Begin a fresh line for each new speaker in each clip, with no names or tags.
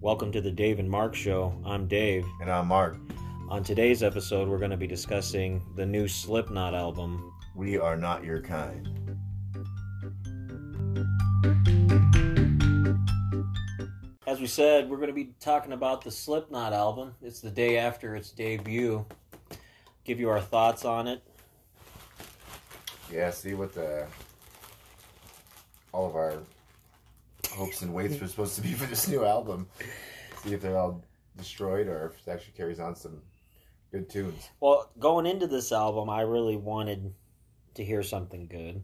Welcome to the Dave and Mark Show. I'm Dave.
And I'm Mark.
On today's episode, we're going to be discussing the new Slipknot album.
We are not your kind.
As we said, we're going to be talking about the Slipknot album. It's the day after its debut. Give you our thoughts on it.
Yeah, see what the all of our hopes and waits were supposed to be for this new album. See if they're all destroyed or if it actually carries on some good tunes.
Well, going into this album, I really wanted to hear something good.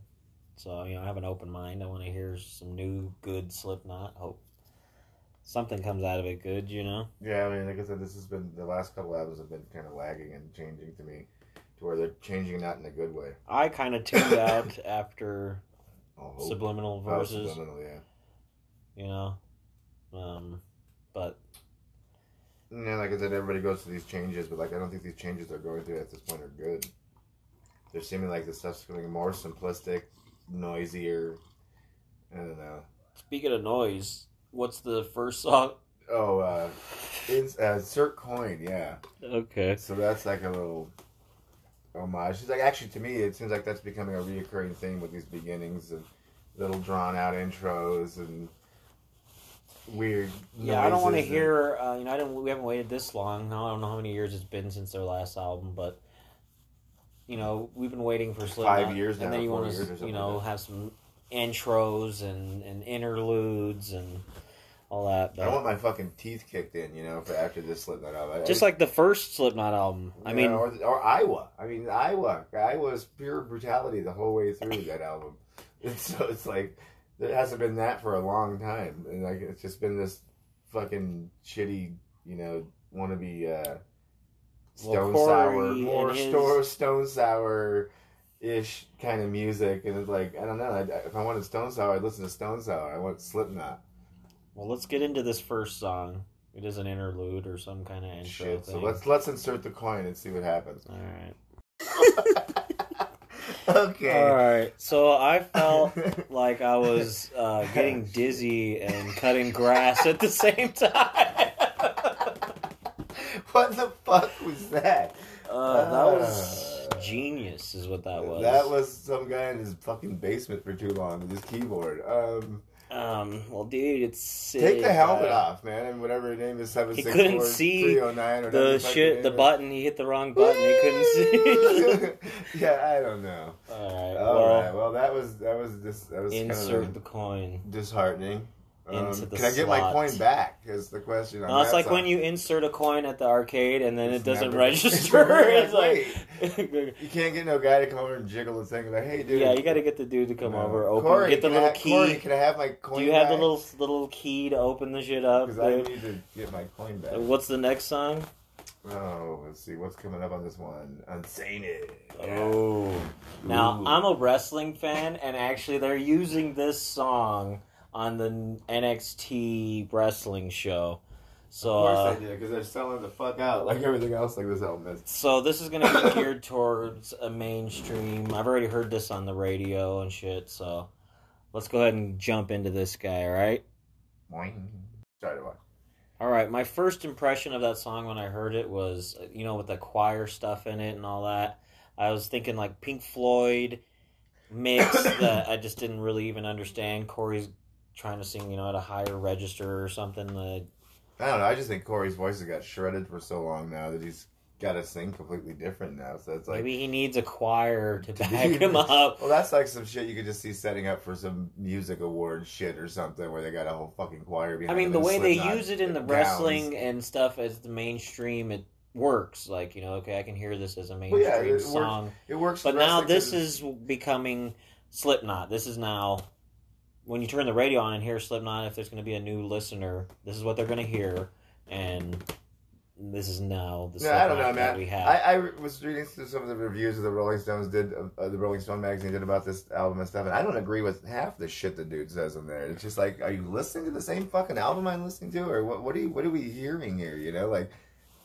So, you know, I have an open mind. I want to hear some new, good Slipknot. Hope something comes out of it good, you know?
Yeah, I mean, like I said, this has been the last couple albums have been kind of lagging and changing to me, to where they're changing not in a good way.
I kind of tuned out after
I'll hope.
Subliminal
Oh,
Verses.
subliminal, yeah.
you know. Um, but
Yeah, like I said, everybody goes through these changes, but like I don't think these changes they're going through at this point are good. They're seeming like the stuff's getting more simplistic, noisier. I don't know.
speaking of noise, what's the first song?
Oh, uh, it's uh, Cert Coin, yeah.
Okay.
So that's like a little homage. It's like actually to me, it seems like that's becoming a reoccurring thing with these beginnings of little drawn out intros and weird.
Yeah, I don't want to
noises and-
hear. Uh, you know, I don't. We haven't waited this long. I don't know how many years it's been since their last album, but you know, we've been waiting for Slipknot,
years
and
now,
then you
four
want
years or
to,
something
you
like
know,
that.
have some intros and and interludes and all that.
I
but-
want my fucking teeth kicked in, you know, for after this Slipknot album. I-
just like the first Slipknot album. I
Yeah,
mean,
or, or Iowa. I mean, Iowa. Iowa's pure brutality the whole way through that album. And so it's like there hasn't been that for a long time, and like it's just been this fucking shitty, you know, wannabe uh,
Well,
stone
Corey
sour,
and
more
his-
store stone sour ish kind of music. And it's like I don't know. I, if I wanted stone sour, I'd listen to stone sour. I want Slipknot.
well, let's get into this first song. It is an interlude or some kind of intro
Shit.
thing.
So let's let's insert the coin and see what happens.
All right.
okay.
All right. So I felt like I was uh, getting dizzy and cutting grass at the same time.
What the fuck was that?
Uh, that was genius, is what that was.
Ah. That was some guy in his fucking basement for too long with his keyboard. Um,
Um. Well, dude, it's sick.
take the helmet
Uh,
off, man, and whatever your name is, seven
He
six
couldn't
four
see
three oh nine or whatever
The
fucking
shit. The
name
button. He hit the wrong
is.
button. He couldn't see.
yeah, I don't know.
All right.
All right,
well,
well, that was that was this that was kind
insert
of
the coin.
disheartening. Um,
Into the
can I get my
slot.
coin back? Is the question. on
No, it's
that
like
song.
when you insert a coin at the arcade and then
It's
it doesn't
never-
register. it's
It's like,
like,
You can't get no guy to come over and jiggle the thing. Like, hey, dude.
yeah, you got to get the dude to come over, open,
Corey,
get the
can I
little
have-
key.
Corey, can I have my coin?
Do you have the
back?
little little key to open the shit up?
Because I
dude?
need to get my coin back.
What's the next song?
Oh, let's see what's coming up on this one. Unsane it.
Oh. Now
Ooh.
I'm a wrestling fan, and actually they're using this song on the NXT wrestling show.
Of
So,
course
uh,
I did, because they're selling the fuck out like everything else like this album is.
so this is gonna be geared towards a mainstream. I've already heard this on the radio and shit. So, let's go ahead and jump into this guy. All right.
Boing. Sorry to watch.
All right, my first impression of that song when I heard it was, uh, you know, with the choir stuff in it and all that. I was thinking like Pink Floyd mix that I just didn't really even understand. Corey's trying to sing, you know, at a higher register or something. Uh,
I don't know. I just think Corey's voice has got shredded for so long now that he's got to sing completely different now. So it's like.
maybe he needs a choir to back him up.
Well, that's like some shit you could just see setting up for some music award shit or something where they got a whole fucking choir behind
I mean,
them
the way
in
they
Slipknot
use it in the
gowns.
wrestling and stuff as the mainstream, it works. Like, you know, okay, I can hear this as a
Well,
mainstream
yeah, it works.
song.
It works.
But
for
now
wrestling 'cause
this
it's-
is becoming Slipknot. This is now when you turn the radio on and hear Slipknot. If there's going to be a new listener, this is what they're going to hear, and this is now the
No,
Slipknot
I don't know,
that
man.
we
I,
have.
I re- was reading through some of the reviews that the Rolling Stones did, uh, uh, the Rolling Stone magazine did about this album and stuff, and I don't agree with half the shit the dude says in there. It's just like, are you listening to the same fucking album I'm listening to, or what? What are you? What are we hearing here? You know, like,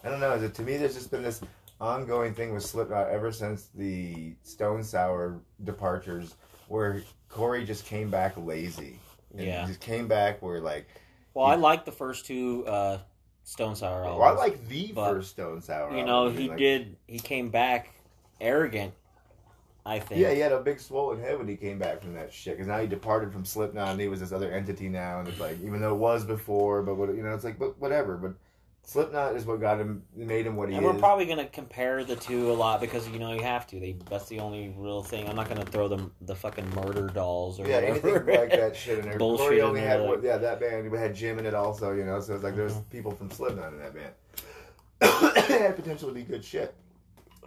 I don't know. Is it- to me, there's just been this ongoing thing with Slipknot ever since the Stone Sour departures, where Corey just came back lazy. And
Yeah.
he just came back where like
Well, I like the first two uh, Stone Sour albums.
Well, Oh, I like the
But,
first Stone Sour.
you
album.
know,
I mean,
he
like-
did. He came back arrogant. I think.
Yeah, he had a big swollen head when he came back from that shit. Because now he departed from Slipknot, and he was this other entity now. And it's like, even though it was before, but what, you know, it's like, but whatever. But Slipknot is what got him, made him what he
And
is.
we're probably going to compare the two a lot because you know you have to. They, that's the only real thing. I'm not going to throw them the fucking murder dolls or
yeah, anything
whatever.
like that shit in there.
Bullshit
Corey
in
only
there,
had
like- Mm-hmm.
one, yeah that band. We had Jim in it also, you know. So it's like there's people from Slipknot in that band. it had potential to be good shit.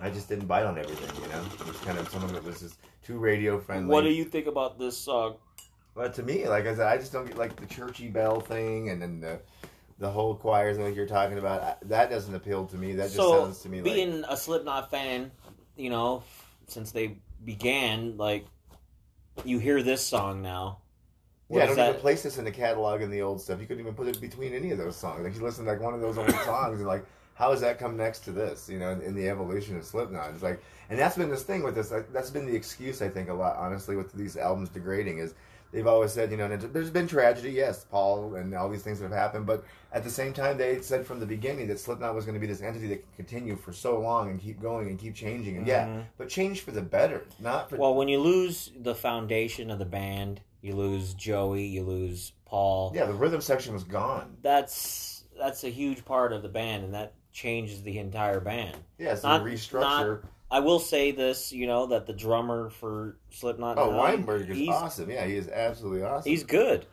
I just didn't bite on everything, you know. It was kind of some of it was just too radio friendly.
What do you think about this uh, song?
But to me, like I said, I just don't get like the churchy bell thing, and then the the whole choir thing like you're talking about. I, that doesn't appeal to me. That just
so
sounds to me like
being a Slipknot fan, you know, since they began, like you hear this song now. What
yeah, I
is
don't
that?
even place this in the catalog and the old stuff. You couldn't even put it between any of those songs. Like you listen to like one of those old songs and like how does that come next to this? You know, in, in the evolution of Slipknot, it's like, and that's been this thing with this. Like, that's been the excuse I think a lot, honestly, with these albums degrading is they've always said, you know, and it- there's been tragedy, yes, Paul and all these things that have happened, but at the same time, they had said from the beginning that Slipknot was going to be this entity that could continue for so long and keep going and keep changing, and yeah,
Mhm.
but change for the better, not for
Well, when you lose the foundation of the band, you lose Joey, you lose Paul.
yeah. The rhythm section was gone.
That's that's a huge part of the band, and that changes the entire band.
Yeah, so
Not-
the restructure.
I will say this, you know, that the drummer for Slipknot,
Oh,
now,
Weinberg is
he's,
awesome. Yeah, he is absolutely awesome.
He's good,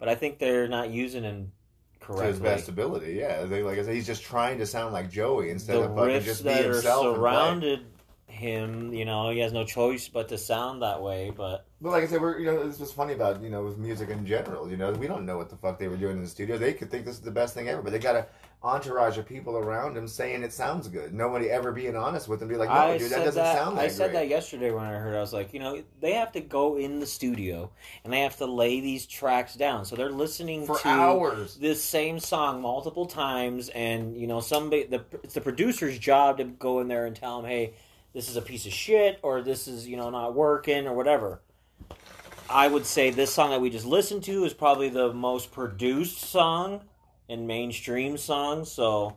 but I think they're not using him
to
correctly.
his best ability. Yeah, they, like I said, he's just trying to sound like Joey instead
the
of fucking
riffs
just be
that are
himself. and play.
surrounded him, you know, he has no choice but to sound that way. But
But like I said, we're you know this was funny about you know with music in general. You know we don't know what the fuck they were doing in the studio. They could think this is the best thing ever, but they got a entourage of people around him saying it sounds good. Nobody ever being honest with them, be like, no,
I
dude, that
said
doesn't sound that
I
great.
said that yesterday when I heard. it. I was like, you know, they have to go in the studio and they have to lay these tracks down. So they're listening
for
to
hours.
this same song multiple times, and you know, somebody the it's the producer's job to go in there and tell them, hey, this is a piece of shit, or this is you know not working, or whatever. I would say this song that we just listened to is probably the most produced song and mainstream song. So,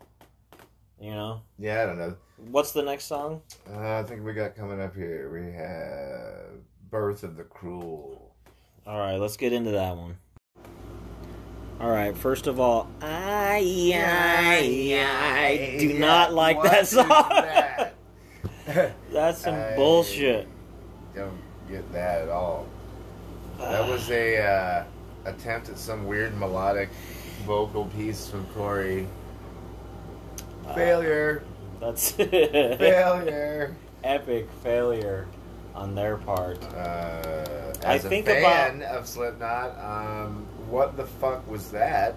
you know,
Yeah, I don't know.
what's the next song?
Uh, I think we got coming up here. We have Birth of the Cruel.
All right, let's get into that one. All right, first of all, I, I, I do not like
What
that
is
song.
that?
That's some
I-
bullshit.
Don't get that at all. That was a uh, attempt at some weird melodic vocal piece from Corey.
Uh,
Failure,
That's
failure.
epic failure on their part.
Uh,
I
as
think
a fan of Slipknot, um, what the fuck was that?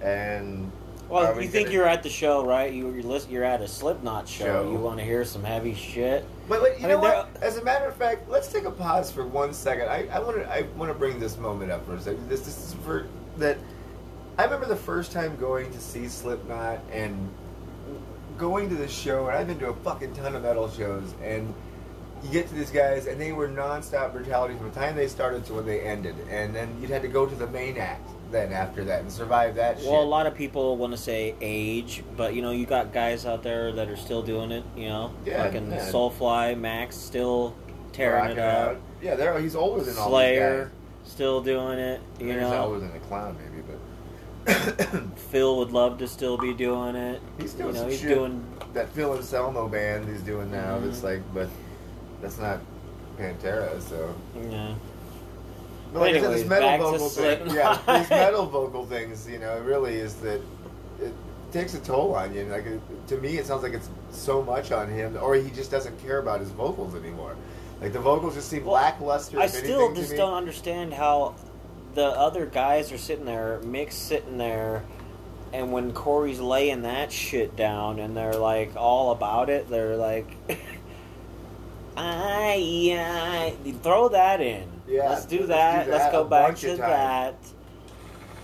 And
Well,
Are
you
we
think
gonna-
you're at the show, right? You, you're lis- you're at a Slipknot show.
Show.
You want to hear some heavy shit?
But, but you
I
know
mean,
what? As a matter of fact, let's take a pause for one second. I, I want to I want to bring this moment up for a second. This this is for that. I remember the first time going to see Slipknot and going to the show, and I've been to a fucking ton of metal shows, and you get to these guys, and they were nonstop brutality from the time they started to when they ended, and then you'd had to go to the main act then after that and survive that shit.
Well, a lot of people want to say age, but you know, you got guys out there that are still doing it. You know,
Yeah,
fucking
yeah.
Soulfly, Max still tearing
Rocking
it up.
out. Yeah, they're, he's older than all these guys.
Slayer still doing it. You
He's
know,
older than the clown, maybe, but.
Phil would love to still be doing it.
He's doing
you know,
some
he's
shit.
doing
that Phil Anselmo band he's doing now.
Mhm.
It's like, but that's not Pantera, so.
yeah.
But like I said,
Anyways,
this metal
back to
vocal thing, yeah,
Slipknot.
these metal vocal things, you know, it really is that it takes a toll on you. Like it, to me, it sounds like it's so much on him, or he just doesn't care about his vocals anymore. Like the vocals just seem
Well,
lackluster.
I
if
still
anything, to
just
me.
don't understand how the other guys are sitting there, Mick's sitting there, and when Corey's laying that shit down and they're like all about it, they're like, I, I, throw that in.
Yeah,
let's do
let's
that.
do
Let's
that
go
a
back
bunch
to
of times.
that.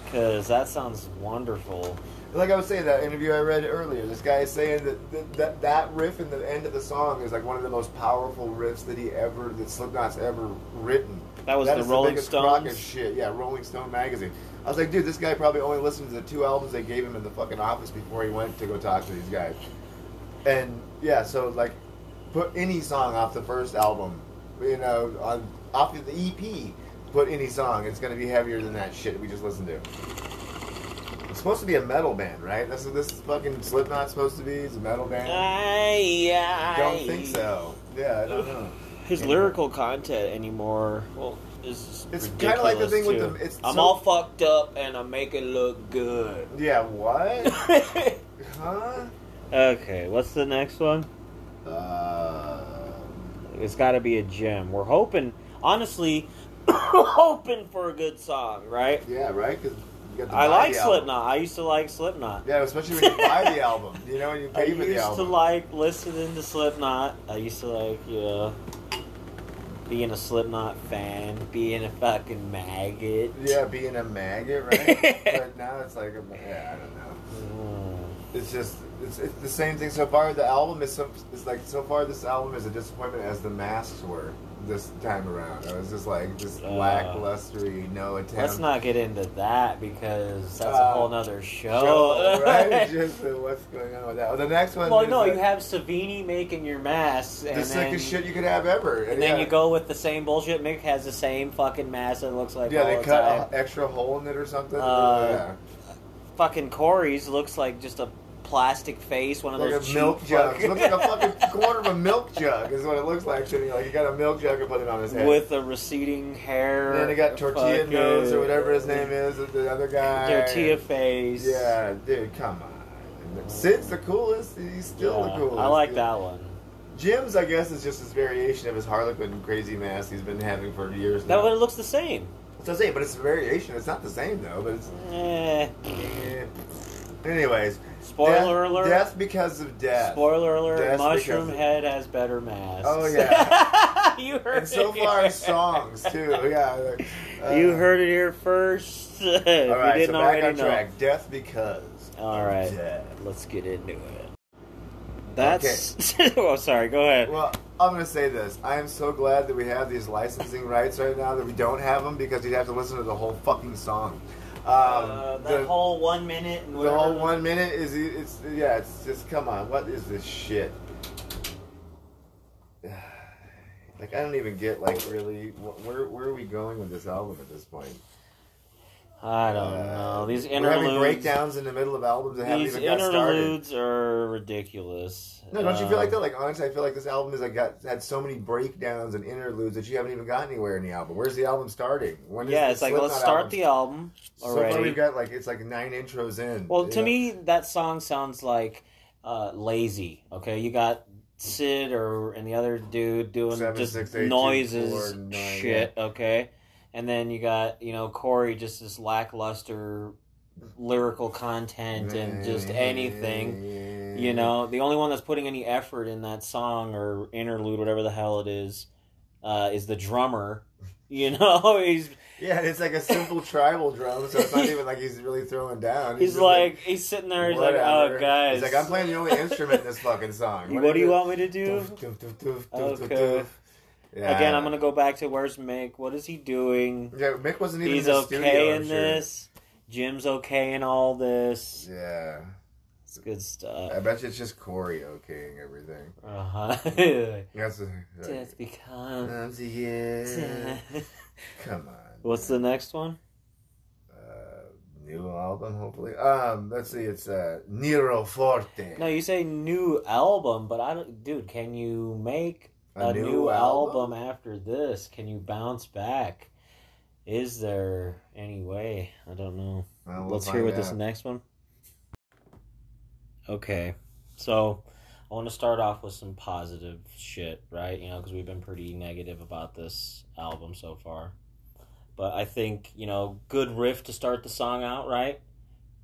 Because that sounds wonderful.
Like I was saying, that interview I read earlier, this guy is saying that that, that that riff in the end of the song is like one of the most powerful riffs that he ever, that Slipknot's ever written.
That was
That
the
is
Rolling
biggest crock of
Stones.
shit. Yeah, Rolling Stone magazine. I was like, dude, this guy probably only listened to the two albums they gave him in the fucking office before he went to go talk to these guys. And yeah, so like, put any song off the first album, you know, on off of the EP. Put any song, it's gonna be heavier than that shit we just listened to. It's supposed to be a metal band, right? That's what this fucking Slipknot's supposed to be. It's a metal band.
I, I
don't think so. Yeah, I don't know.
His lyrical content anymore, well, is
It's
kind
kinda
of
like the thing with the- it's
I'm
so-
all fucked up and I make it look good.
Yeah, what? huh?
okay, what's the next one?
Uh,
It's got to be a gem. We're hoping, honestly, hoping for a good song, right?
yeah, right. Cause you got to
I
buy
like
the album.
Slipknot. I used to like Slipknot.
Yeah, especially when you buy the album. You know, when you
I
pay for the
used to
album.
like listening to Slipknot. I used to like, you know, being a Slipknot fan, being a fucking maggot.
yeah, being a maggot, right? but now it's like, yeah, I don't know.
Mm.
It's just it's, it's the same thing so far. The album is some it's like so far this album is a disappointment as the masks were this time around. It was just like just
Uh,
lacklustery, no attempt.
Let's not get into that because that's a
Uh,
whole nother show.
show, right? just uh, what's going on with that? Well, the next one.
well,
is
no,
like
you have Savini making your masks,
the
and then,
sickest shit you could have ever.
and then
yeah.
you go with the same bullshit. Mick has the same fucking mask that looks like
Yeah,
all
they
the
cut
time.
an extra hole in it or something.
Uh,
yeah.
fucking Corey's looks like just a plastic face, one of
like
those
a milk
cheap
jug.
fuck-
It looks like a fucking quarter of a milk jug is what it looks like to me. Like you got a milk jug and put it on his head.
with a receding hair.
and then they got tortilla
fucking-
nose or whatever his name is, the other guy.
Tortilla face.
Yeah, dude, come on. Sid's the coolest. He's still the
Yeah,
coolest.
I like
dude.
that one.
Jim's, I guess, is just this variation of his Harlequin crazy mask he's been having for years
That
now.
one looks the same.
That's what I'm saying, but it's a variation. It's not the same though. But it's.
Eh.
eh. Anyways,
Spoiler
death,
alert.
Death because of death.
Spoiler alert,
That's
Mushroom
because-
Head has better masks.
Oh, yeah.
you heard
and so
it
far
here.
songs too. Yeah. like, uh,
you heard it here first. if
All right,
you didn't
so back on
already know.
track. Death because.
All
of
right.
death.
Let's get into it. That's oh sorry, go ahead.
Well, I'm gonna say this. I am so glad that we have these licensing rights right now that we don't have them because you'd have to listen to the whole fucking song. Um,
uh, that
the,
whole one minute and
the
whatever.
whole one minute is it's yeah. It's just come on. What is this shit? Like I don't even get like really wh- where where are we going with this album at this point?
I don't
Uh,
know. These
We're having
interludes.
breakdowns in the middle of albums that haven't
These
even got started.
interludes are ridiculous.
No, don't you feel like
Um,
that? Like honestly, I feel like this album is like got had so many breakdowns and interludes that you haven't even got anywhere in the album. Where's the album starting? When is
Yeah,
the
it's like
Slipknot
let's start
album?
the album
So far
already.
we've got like it's like nine intros in.
well,
you
to
know?
me, that song sounds like uh, lazy. Okay, you got Sid or and the other dude doing
Seven,
just
six, eight, two,
noises,
four, nine,
shit. Okay, and then you got you know Corey just this lackluster lyrical content and just anything. You know, the only one that's putting any effort in that song or interlude, whatever the hell it is, uh, is the drummer. You know, he's
Yeah, and it's like a simple tribal drum, so it's not even like he's really throwing down.
he's like he's sitting there, he's like,
whatever.
oh guys,
He's like, I'm playing the only instrument in this fucking song.
What do you
is
want me to
it?
do?
Doof, doof, doof, doof, doof, doof,
Okay.
doof. Yeah.
Again, I'm gonna go back to where's Mick? What is he doing?
Yeah, Mick wasn't even
He's
in the
okay
studio,
in
I'm sure.
this. Jim's okay in all this.
Yeah.
It's good stuff.
I bet you it's just Corey okaying everything.
Uh huh.
That's a,
Just uh, become.
Comes again. Come on.
What's the next one?
uh, new album? Hopefully. Um, let's see. It's uh, Nero Forte.
No, you say new album, but I don't, dude. Can you make a, new, album? after this? Can you bounce back? Is there any way? I don't know.
Well, we'll
Let's hear what
find
this
out.
next one. Okay, so I want to start off with some positive shit, right? You know, because we've been pretty negative about this album so far. But I think you know, good riff to start the song out, right?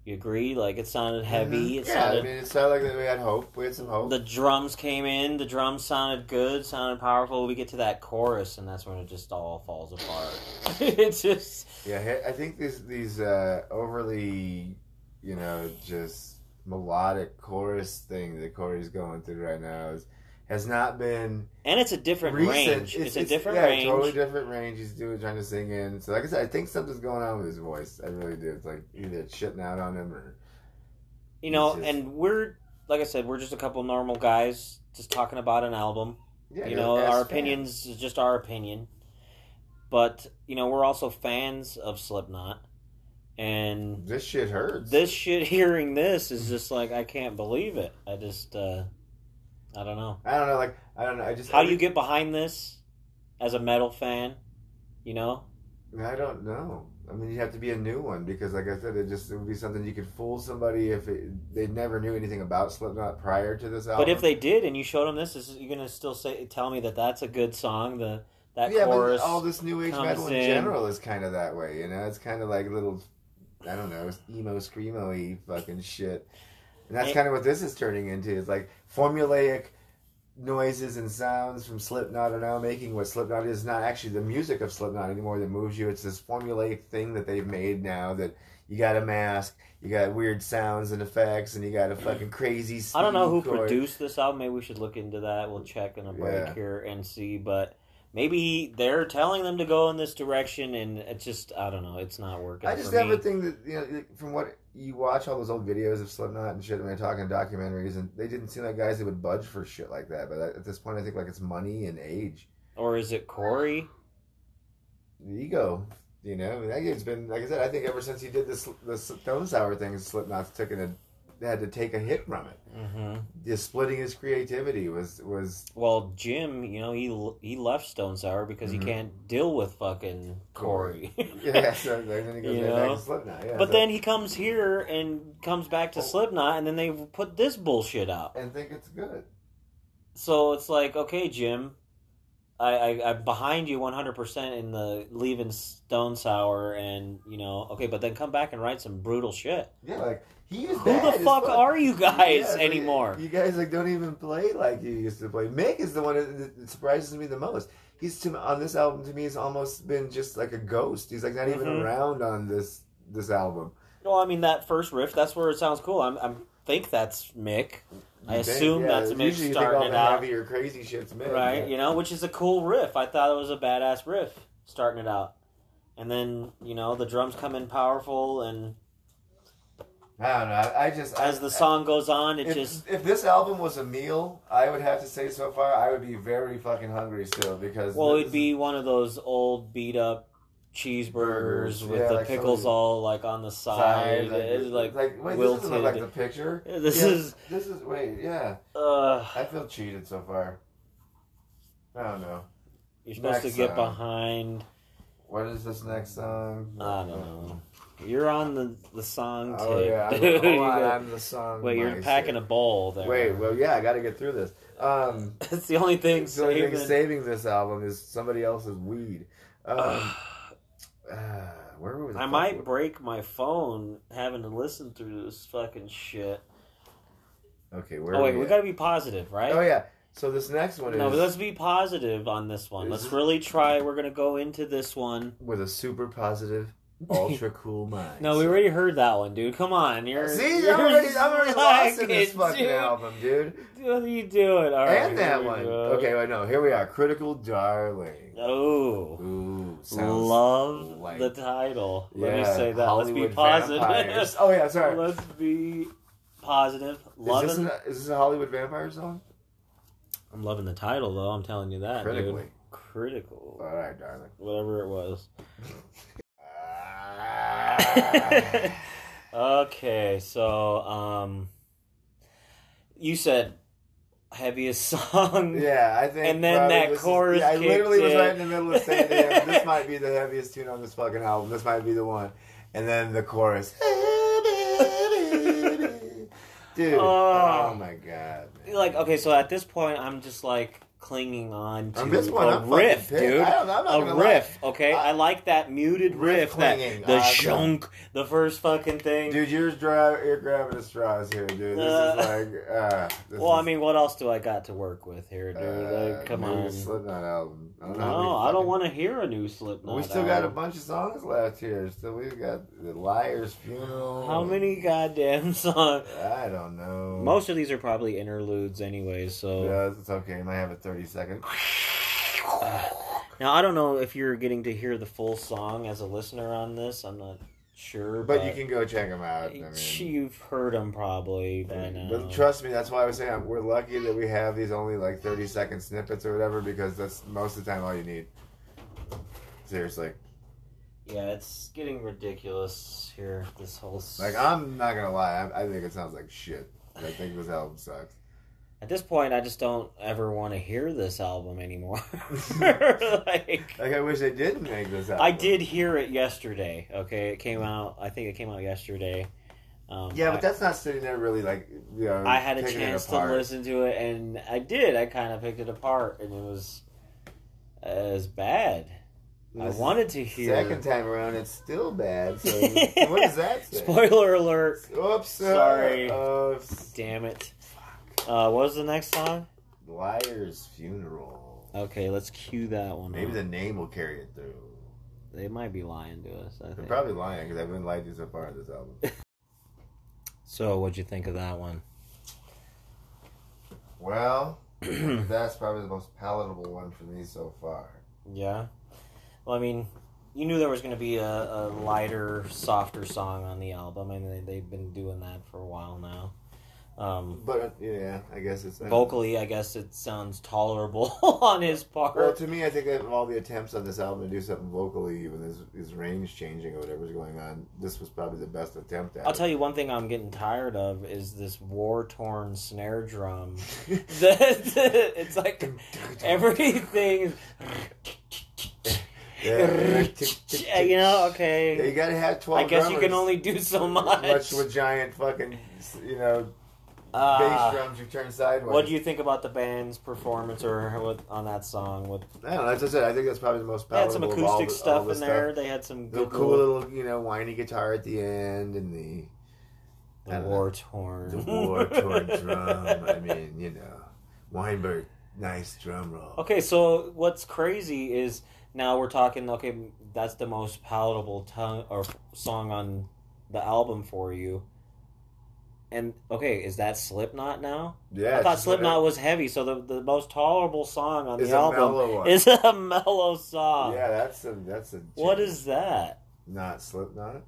You agree? Like it sounded heavy.
Mhm.
It
Yeah,
sounded
I mean, it sounded like we had hope. We had some hope.
the drums came in. The drums sounded good, sounded powerful. We get to that chorus, and that's when it just all falls apart. it's just
Yeah, he- I think these these uh, overly, you know, just melodic chorus thing that Corey's going through right now is has not been
and it's a different
recent.
range. It's, a different
yeah,
range.
totally different range. He's doing trying to sing in. So like I said, I think something's going on with his voice. I really do. It's like either it's shitting out on him or
you know,
It's just-
and we're like I said, we're just a couple normal guys just talking about an album.
yeah.
you
you're
know, our
a Bass fan.
opinions is just our opinion. But you know, we're also fans of Slipknot, and
This shit hurts.
this shit, hearing this is just like I can't believe it. I just, uh I don't know.
I don't know. Like I don't know. I just
How do you get behind this as a metal fan? You know,
I don't know. I mean, you have to be a new one because, like I said, it just it would be something you could fool somebody if it, they never knew anything about Slipknot prior to this album.
but if they did, and you showed them this, is you gonna still say tell me that that's a good song? The that
yeah,
chorus.
but all this new age
comes
metal in,
in.
general is kind of that way. You know, it's kind of like little, I don't know, emo screamo-y fucking shit, and that's
It-
kind of what this is turning into. It's like formulaic noises and sounds from Slipknot are now making what Slipknot is not actually the music of Slipknot anymore that moves you. It's this formulaic thing that they've made now that you got a mask, you got weird sounds and effects, and you got a fucking crazy.
I don't know who
speed chord.
produced this album. Maybe we should look into that. We'll check in a break
Yeah.
here and see. But maybe they're telling them to go in this direction, and it's just I don't know. It's not working.
I just
for
have
me.
a thing that you know, like, from what you watch all those old videos of Slipknot and shit, and they're talking documentaries, and they didn't seem like guys that would budge for shit like that. But at this point, I think like it's money and age,
Or is it Corey?
ego. You know, I mean, that dude's been like I said. I think ever since he did this, the Stone Sour thing, Slipknot's taken a, they had to take a hit from it.
hmm
Just splitting his creativity was was
Well, Jim, you know he l- he left Stone Sour because
Mhm.
he can't deal with fucking Corey.
Corey. yeah. So then he goes
You
right
know?
back to Slipknot. Yeah,
But
so-
then he comes here and comes back
Oh.
to Slipknot, and then they put this bullshit out.
and think it's good.
So it's like, okay, Jim, I, I I'm behind you 100 percent in the leaving Stone Sour, and you know, okay, but then come back and write some brutal shit.
Yeah, like he was
Who
bad
the
as
fuck are you guys
Yeah, it's like,
anymore?
you guys like don't even play like you used to play. Mick is the one that, that surprises me the most. He's to, on this album to me has almost been just like a ghost. He's like not even
Mhm.
around on this this album.
Well, I mean, that first riff, that's where it sounds cool. I'm, I'm think that's Mick, I
You think,
assume that's Mick
usually you think
starting
all
it
the
out.
heavier crazy shit's Mick,
right?
but-
You know, which is a cool riff. I thought it was a badass riff starting it out, and then you know the drums come in powerful, and
I don't know. I, I just
as the
I,
song goes on, it
if,
just
if this album was a meal, I would have to say so far I would be very fucking hungry still because
Well,
this
it'd be one of those old beat up cheeseburgers
Burgers,
with
yeah,
the
like
pickles
some-
all like on the side.
size,
It's like,
wait, this
wilted.
isn't like the picture.
this
Yeah,
is
this is wait, yeah.
uh,
I feel cheated so far. I don't know.
you're supposed to
next
get
song.
behind.
What is this next song?
I don't know. You're on the the song tape.
Oh yeah, I'm,
dude.
hold
You
on,
got-
I'm the song.
wait, you're packing a bowl there.
Wait, well, yeah, I got to get through this. Um,
that's the only thing.
the only thing
saving-
saving this album is somebody else's weed. Um, ah, where were we?
I might break my phone having to listen through this fucking shit.
Okay, where?
Oh
are
wait,
we
we
at?
gotta be positive, right?
Oh yeah. So this next one
No,
is
but let's be positive on this one.
Is
Let's
it-
really try. We're gonna go into this one.
with a super positive, ultra cool mind.
No, we already heard that one, dude. Come on, you're
See,
you're
I'm already, I'm already lost in this
slacking,
fucking
dude.
album, dude.
What are you doing? All right,
and that
here we
one.
go.
Okay, wait, no. Here we are. Critical Darling.
Oh,
Ooh, sounds
love
like-
the title. Let me
Yeah,
say that.
Hollywood
Let's be
Vampires.
positive.
oh yeah, sorry.
Let's be positive.
is, this
Loving.
an- is this a Hollywood vampire song?
I'm loving the title though. I'm telling you that,
Critically. Uh.
dude. Critical.
All right, darling.
Whatever it was.
Ah.
okay, so um, you said heaviest song.
yeah, I think.
And then
probably
that
this is-
chorus
yeah, I
kicks
literally was
in.
right in the middle of saying, "Damn, this might be the heaviest tune on this fucking album. This might be the one." And then the chorus. Dude,
Oh.
oh, my god. man.
Ah. Like okay, so at this point, I'm just like clinging on to
On this
a
one, I'm fucking
riff,
pissed.
dude.
I don't- I'm not
a
gonna lie.
riff, okay? I, like that muted riff,
Riff clinging.
that the
Uh,
shunk, the first fucking thing.
Dude, you're, dra- you're grabbing at straws here, dude. This
Uh,
is like, uh, this
well, I
is,
mean, what else do I got to work with here, dude?
uh,
like, come
new
on.
Slipknot album. I don't know. how we
No, I don't
fucking-
want to hear a new Slipknot.
We still got a
album.
bunch of songs left here. Still, we've got the Liars Funeral.
How
and-
many goddamn songs?
I don't know.
Most of these are probably interludes, anyway. So
Mm. Yeah, it's okay. You might have a 30 second.
Uh, now I don't know if you're getting to hear the full song as a listener on this. I'm not sure,
But you can go check them out. I mean,
You've heard them probably by now.
but trust me, that's why I was saying we're lucky that we have these only like 30 second snippets or whatever because that's most of the time all you need. Seriously.
yeah, it's getting ridiculous here. This whole s-
Like, I'm not going to lie. I, I think it sounds like shit. I think this album sucks.
at this point, I just don't ever want to hear this album anymore. like,
Like, I wish they didn't make this album.
I did hear it yesterday. Okay, it came out. I think it came out yesterday. Um,
Yeah, but
I,
that's not sitting there really like, you know.
I had a
taking it
chance to
apart.
listen to it, and I did. I kind of picked it apart, and it was as bad. I
This is-
wanted to hear.
Second time around, it's still bad. So what does that say?
Spoiler alert!
Oops,
Sorry.
sorry. Uh, s-
Damn it! Uh, what was the next song?
liar's funeral.
Okay, let's cue that one.
Maybe
up.
the name will carry it through.
they might be lying to us. I
They're
think.
probably lying because I've been lied to so far in this album.
So, what'd you think of that one?
well, that's probably the most palatable one for me so far.
yeah. Well, I mean, you knew there was going to be a, a lighter, softer song on the album, and they, they've been doing that for a while now. Um,
But uh, yeah, I guess it's uh,
vocally, I guess it sounds tolerable on his
Well,
part.
to me, I think that of all the attempts on this album to do something vocally, even his, his range changing or whatever's going on, this was probably the best attempt at
I'll
it.
tell you one thing I'm getting tired of is this war torn snare drum. That- it's like everything.
Yeah.
you know,
You
okay.
gotta have twelve.
I guess you can
drummers.
only do so
Much
much.
with giant fucking, you know,
Ah.
bass drums you turn sideways.
What do you think about the band's performance or what on that song? What
I don't know. That's what I said. I think that's probably the most
they had
palatable.
some
of all
acoustic
the- all
stuff
the
in there. They had some
The
good
cool
little-
little, you know, whiny guitar at the end and the
the war torn,
the war torn drum. I mean, you know, Weinberg, nice drum roll.
Okay, so what's crazy is now we're talking. Okay, that's the most palatable tongue or song on the album for you. And okay, is that Slipknot now?
Yeah,
I
it's
thought
just
Slipknot
whatever.
was heavy, so the the most tolerable song on
It's
the
a
album
mellow one.
is a mellow song.
Yeah, that's a that's a.
What is that?
not Slipknot?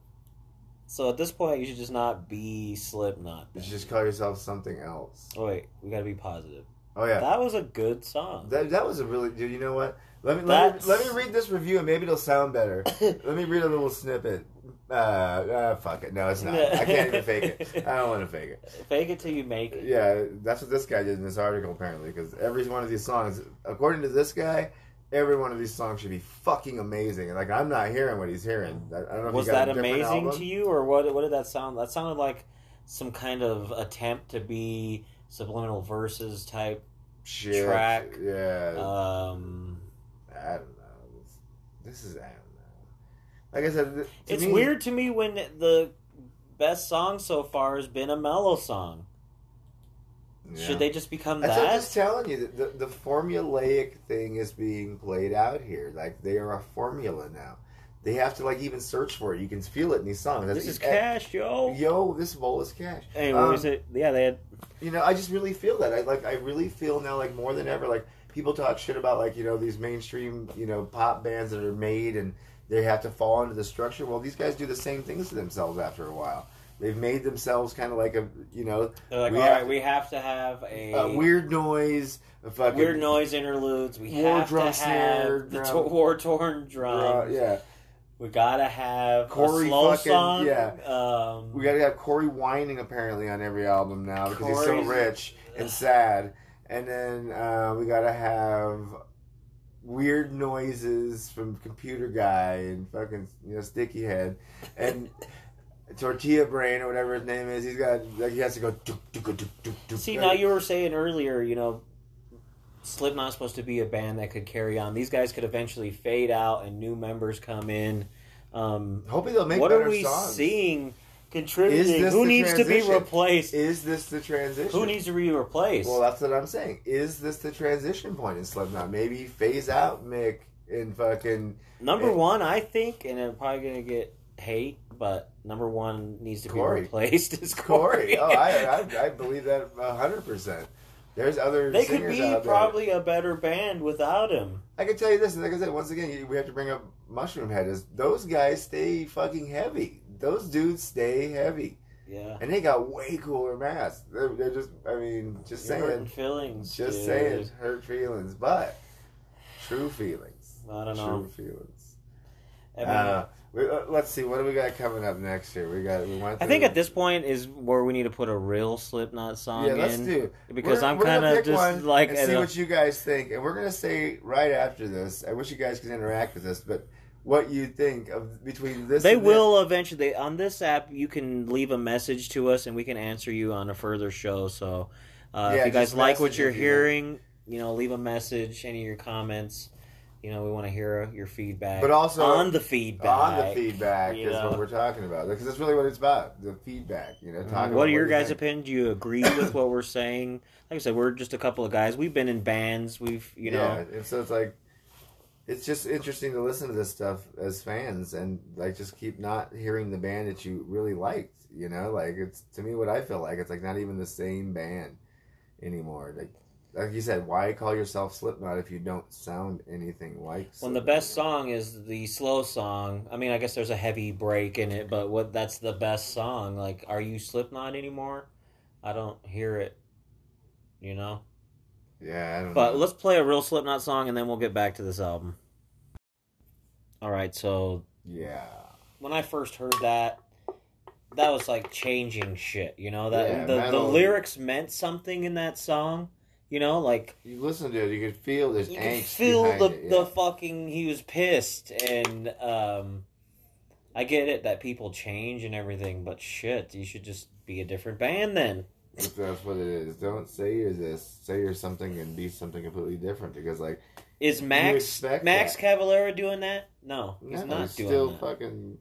So at this point, you should just not be Slipknot.
You should just call yourself something else.
Oh wait, we gotta be positive.
Oh yeah,
That was a good song.
That, that was a really dude. You know what? Let me let me,
That's-
let me read this review and maybe it'll sound better. let me read a little snippet. Uh, uh, fuck it. No, it's not. I can't even fake it. I don't want to fake it.
Fake it till you make it.
Yeah, that's what this guy did in this article apparently. Because every one of these songs, according to this guy, every one of these songs should be fucking amazing. And like, I'm not hearing what he's hearing. I, I don't know.
was
if he got
that
a different
amazing
album.
to you or what what did that sound that sounded like some kind of attempt to be subliminal verses type
Shit.
Track.
Yeah.
um
I don't know. This, this is I don't know. Like I said, th- to
it's
me-
weird to me when the best song so far has been a mellow song
Yeah.
should they just become
That's I'm
that
just telling you that the, the formulaic thing is being played out here. Like they are a formula now. They have to like even search for it. You can feel it in these songs. That's
this is
the- eh,
cash yo
Yo, this bowl is cash.
hey what
Um,
was it yeah they had
You know, I just really feel that. I like. I really feel now, like more than ever, like people talk shit about like you know these mainstream you know pop bands that are made and they have to fall into the structure. Well, these guys do the same things to themselves after a while. They've made themselves kind of like a you know
they're like
we
all
have uh,
right
to-
we have to have a
a weird noise, a fucking
weird noise interludes we
War
have
drum
to
snare
have the
drum.
to- war torn drum
Uh, yeah,
we gotta have
Corey
a slow
fucking-
song
yeah.
um
we gotta have Corey whining apparently on every album now because he's so
Corey's-
rich and sad. And then uh, we gotta have weird noises from Computer Guy and fucking you know Sticky Head and Tortilla Brain or whatever his name is. He's got like he has to go. Dook, dook, dook, dook, dook, dook.
See, now you were saying earlier, you know, Slipknot's supposed to be a band that could carry on. These guys could eventually fade out and new members come in. Um,
Hopefully they'll make
what
better
are we
songs.
seeing
Is
contributing?
this
Who
the
needs to
transition?
be replaced?
Is this the transition?
Who needs to be replaced?
Well, that's what I'm saying. Is this the transition point in Slipknot? Maybe phase out Mick and fucking
number
it-
one, I think, and I'm probably gonna get hate, but number one needs to be
Corey.
replaced is Corey.
Corey. oh, I, I I believe that hundred percent. There's other
they could
singers
be
out there.
probably a better band without him.
I can tell you this, and like I said, once again, you- we have to bring up Mushroom Head. Is those guys stay fucking heavy? Those dudes stay heavy,
Yeah,
and they got way cooler masks. They're, they're just, I mean, just
You're hurting
saying,
feelings.
just
dude.
saying, hurt feelings, but true feelings.
I don't know.
True feelings.
I, mean,
Uh, we, uh, let's see. What do we got coming up next here? We got. We want.
I
to-
think at this point is where we need to put a real Slipknot song
Yeah,
in
let's do.
because
We're-
I'm
we're gonna
kind of
pick
just
one
like
and
at
see
a-
what you guys think, and we're gonna say right after this. I wish you guys could interact with us, but what you think of between this?
they
and
will eventually on this app you can leave a message to us and we can answer you on a further show so uh,
Yeah,
if you guys
just
like what
message
you're
if you like.
hearing you know leave a message any of your comments you know we want to hear your feedback
This, but also
on the
on
feedback
the feedback
you
is
know.
what we're talking about because that's really what it's about. The feedback, you know. Talking
what are
about
your guys'
you think.
opinion? Do you agree with what we're saying? Like I said, we're just a couple of guys. We've been in bands. We've, you know,
Yeah, and so it's like. It's just interesting to listen to this stuff as fans, and like just keep not hearing the band that you really liked. You know, like it's to me what I feel like. It's like not even the same band. anymore. Like, like you said, why call yourself Slipknot if you don't sound anything like?
When the
Slipknot?
best song is the slow song, I mean, I guess there's a heavy break in it, but what that's the best song. Like, are you Slipknot anymore? I don't hear it, you know.
Yeah, I don't.
But
know.
let's play a real Slipknot song, and then we'll get back to this album. All right, so
yeah,
when I first heard that, that was like changing shit, you know. That
Yeah,
the, the
metal-
lyrics meant something in that song, you know, like
you listen to it, you could feel this
you
angst.
could feel
behind
the,
it,
the
yeah.
fucking he was pissed and um i get it that people change and everything but shit you should just be a different band then
That's- That's what it is. Don't say you're this. Say you're something and be something completely different. Because like,
is max
expect
max
that.
Cavalera doing that no he's
no,
not
he's
doing
still
that
fucking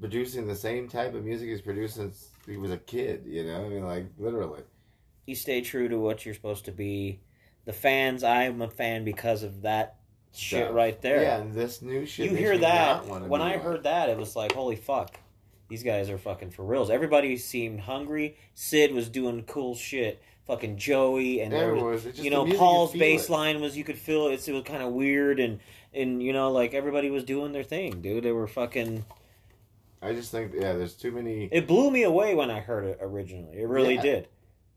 producing the same type of music he's produced since he was a kid. You know, I mean, like literally.
you stay true to what you're supposed to be the fans i'm a fan because of that shit
Stuff.
right there
Yeah, and this new shit.
you
makes
hear
me
that
not wanna
when
be
i
like-
heard that it was like holy fuck these guys are fucking for reals everybody seemed hungry sid was doing cool shit fucking joey and there was,
Everyone was- it's just
you
the
know
music,
paul's
feel it.
bass line was you could feel it's, it was kind of weird and and you know like everybody was doing their thing dude they were fucking
I just think yeah, there's too many.
it blew me away when i heard it originally it really
Yeah.
did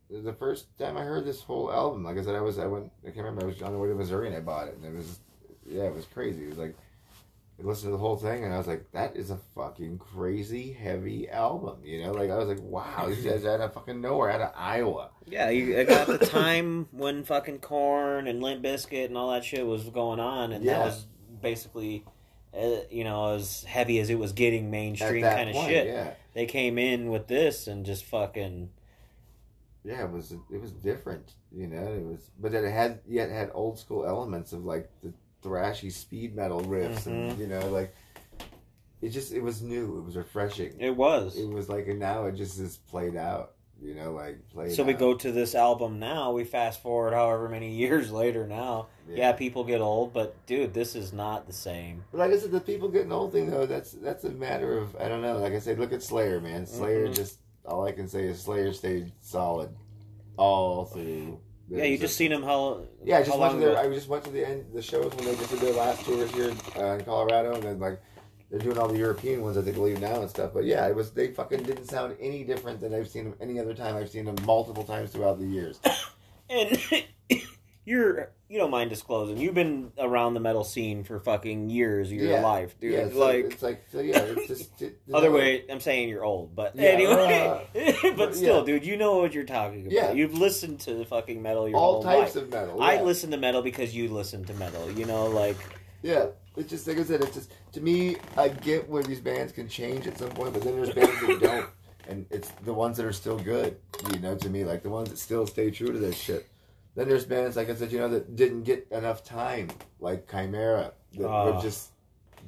The first time I heard this whole album, like I said, I was I went I can't remember I was on the way to Missouri and I bought it and it was yeah it was crazy. It was like I listened to the whole thing and I was like that is a fucking crazy heavy album, you know? Like I was like wow, these guys are out of fucking nowhere, out of Iowa.
yeah you, i got the time when fucking corn and limp biscuit and all that shit was going on and that
Yeah.
was basically uh, you know as heavy as it was getting
At
mainstream
that
kind of
point,
shit
Yeah,
they came in with this and just fucking
yeah, it was it was different, you know? It was but then it had yet had old school elements of like the thrashy speed metal riffs
Mm-hmm.
and you know like it just it was new, it was refreshing.
it was
it was like and now it just is played out you know like played
so we
out.
go to this album now we fast forward however many years later now yeah. people get old but dude this is not the same
but like i said the people getting old thing though that's that's a matter of i don't know like i said look at slayer man slayer
Mhm.
just all i can say is slayer stayed solid all through their
yeah you just
existence.
seen them how
yeah, I just
how
went to
long
their.
ago?
I just went to the end the shows when they just did their last tours here uh, in Colorado, and then like they're doing all the European ones that they believe now and stuff. But yeah, it was they fucking didn't sound any different than I've seen them any other time. I've seen them multiple times throughout the years.
and you're you don't mind disclosing you've been around the metal scene for fucking years of your
Yeah.
life dude
Yeah, so
like
it's like so yeah, it's just it-
other
no.
way i'm saying you're old but
Yeah, uh,
anyway but,
but
still
yeah.
dude you know what you're talking about
Yeah.
you've listened to fucking metal your
all
whole
types
life
of metal.
i
yeah.
listen to metal because you listen to metal you know like
Yeah, it's just like I said. It's just to me, I get where these bands can change at some point, but then there's bands that don't, and it's the ones that are still good. You know, to me, like the ones that still stay true to this shit. Then there's bands like I said, you know, that didn't get enough time, like Chimera, that were
Oh.
just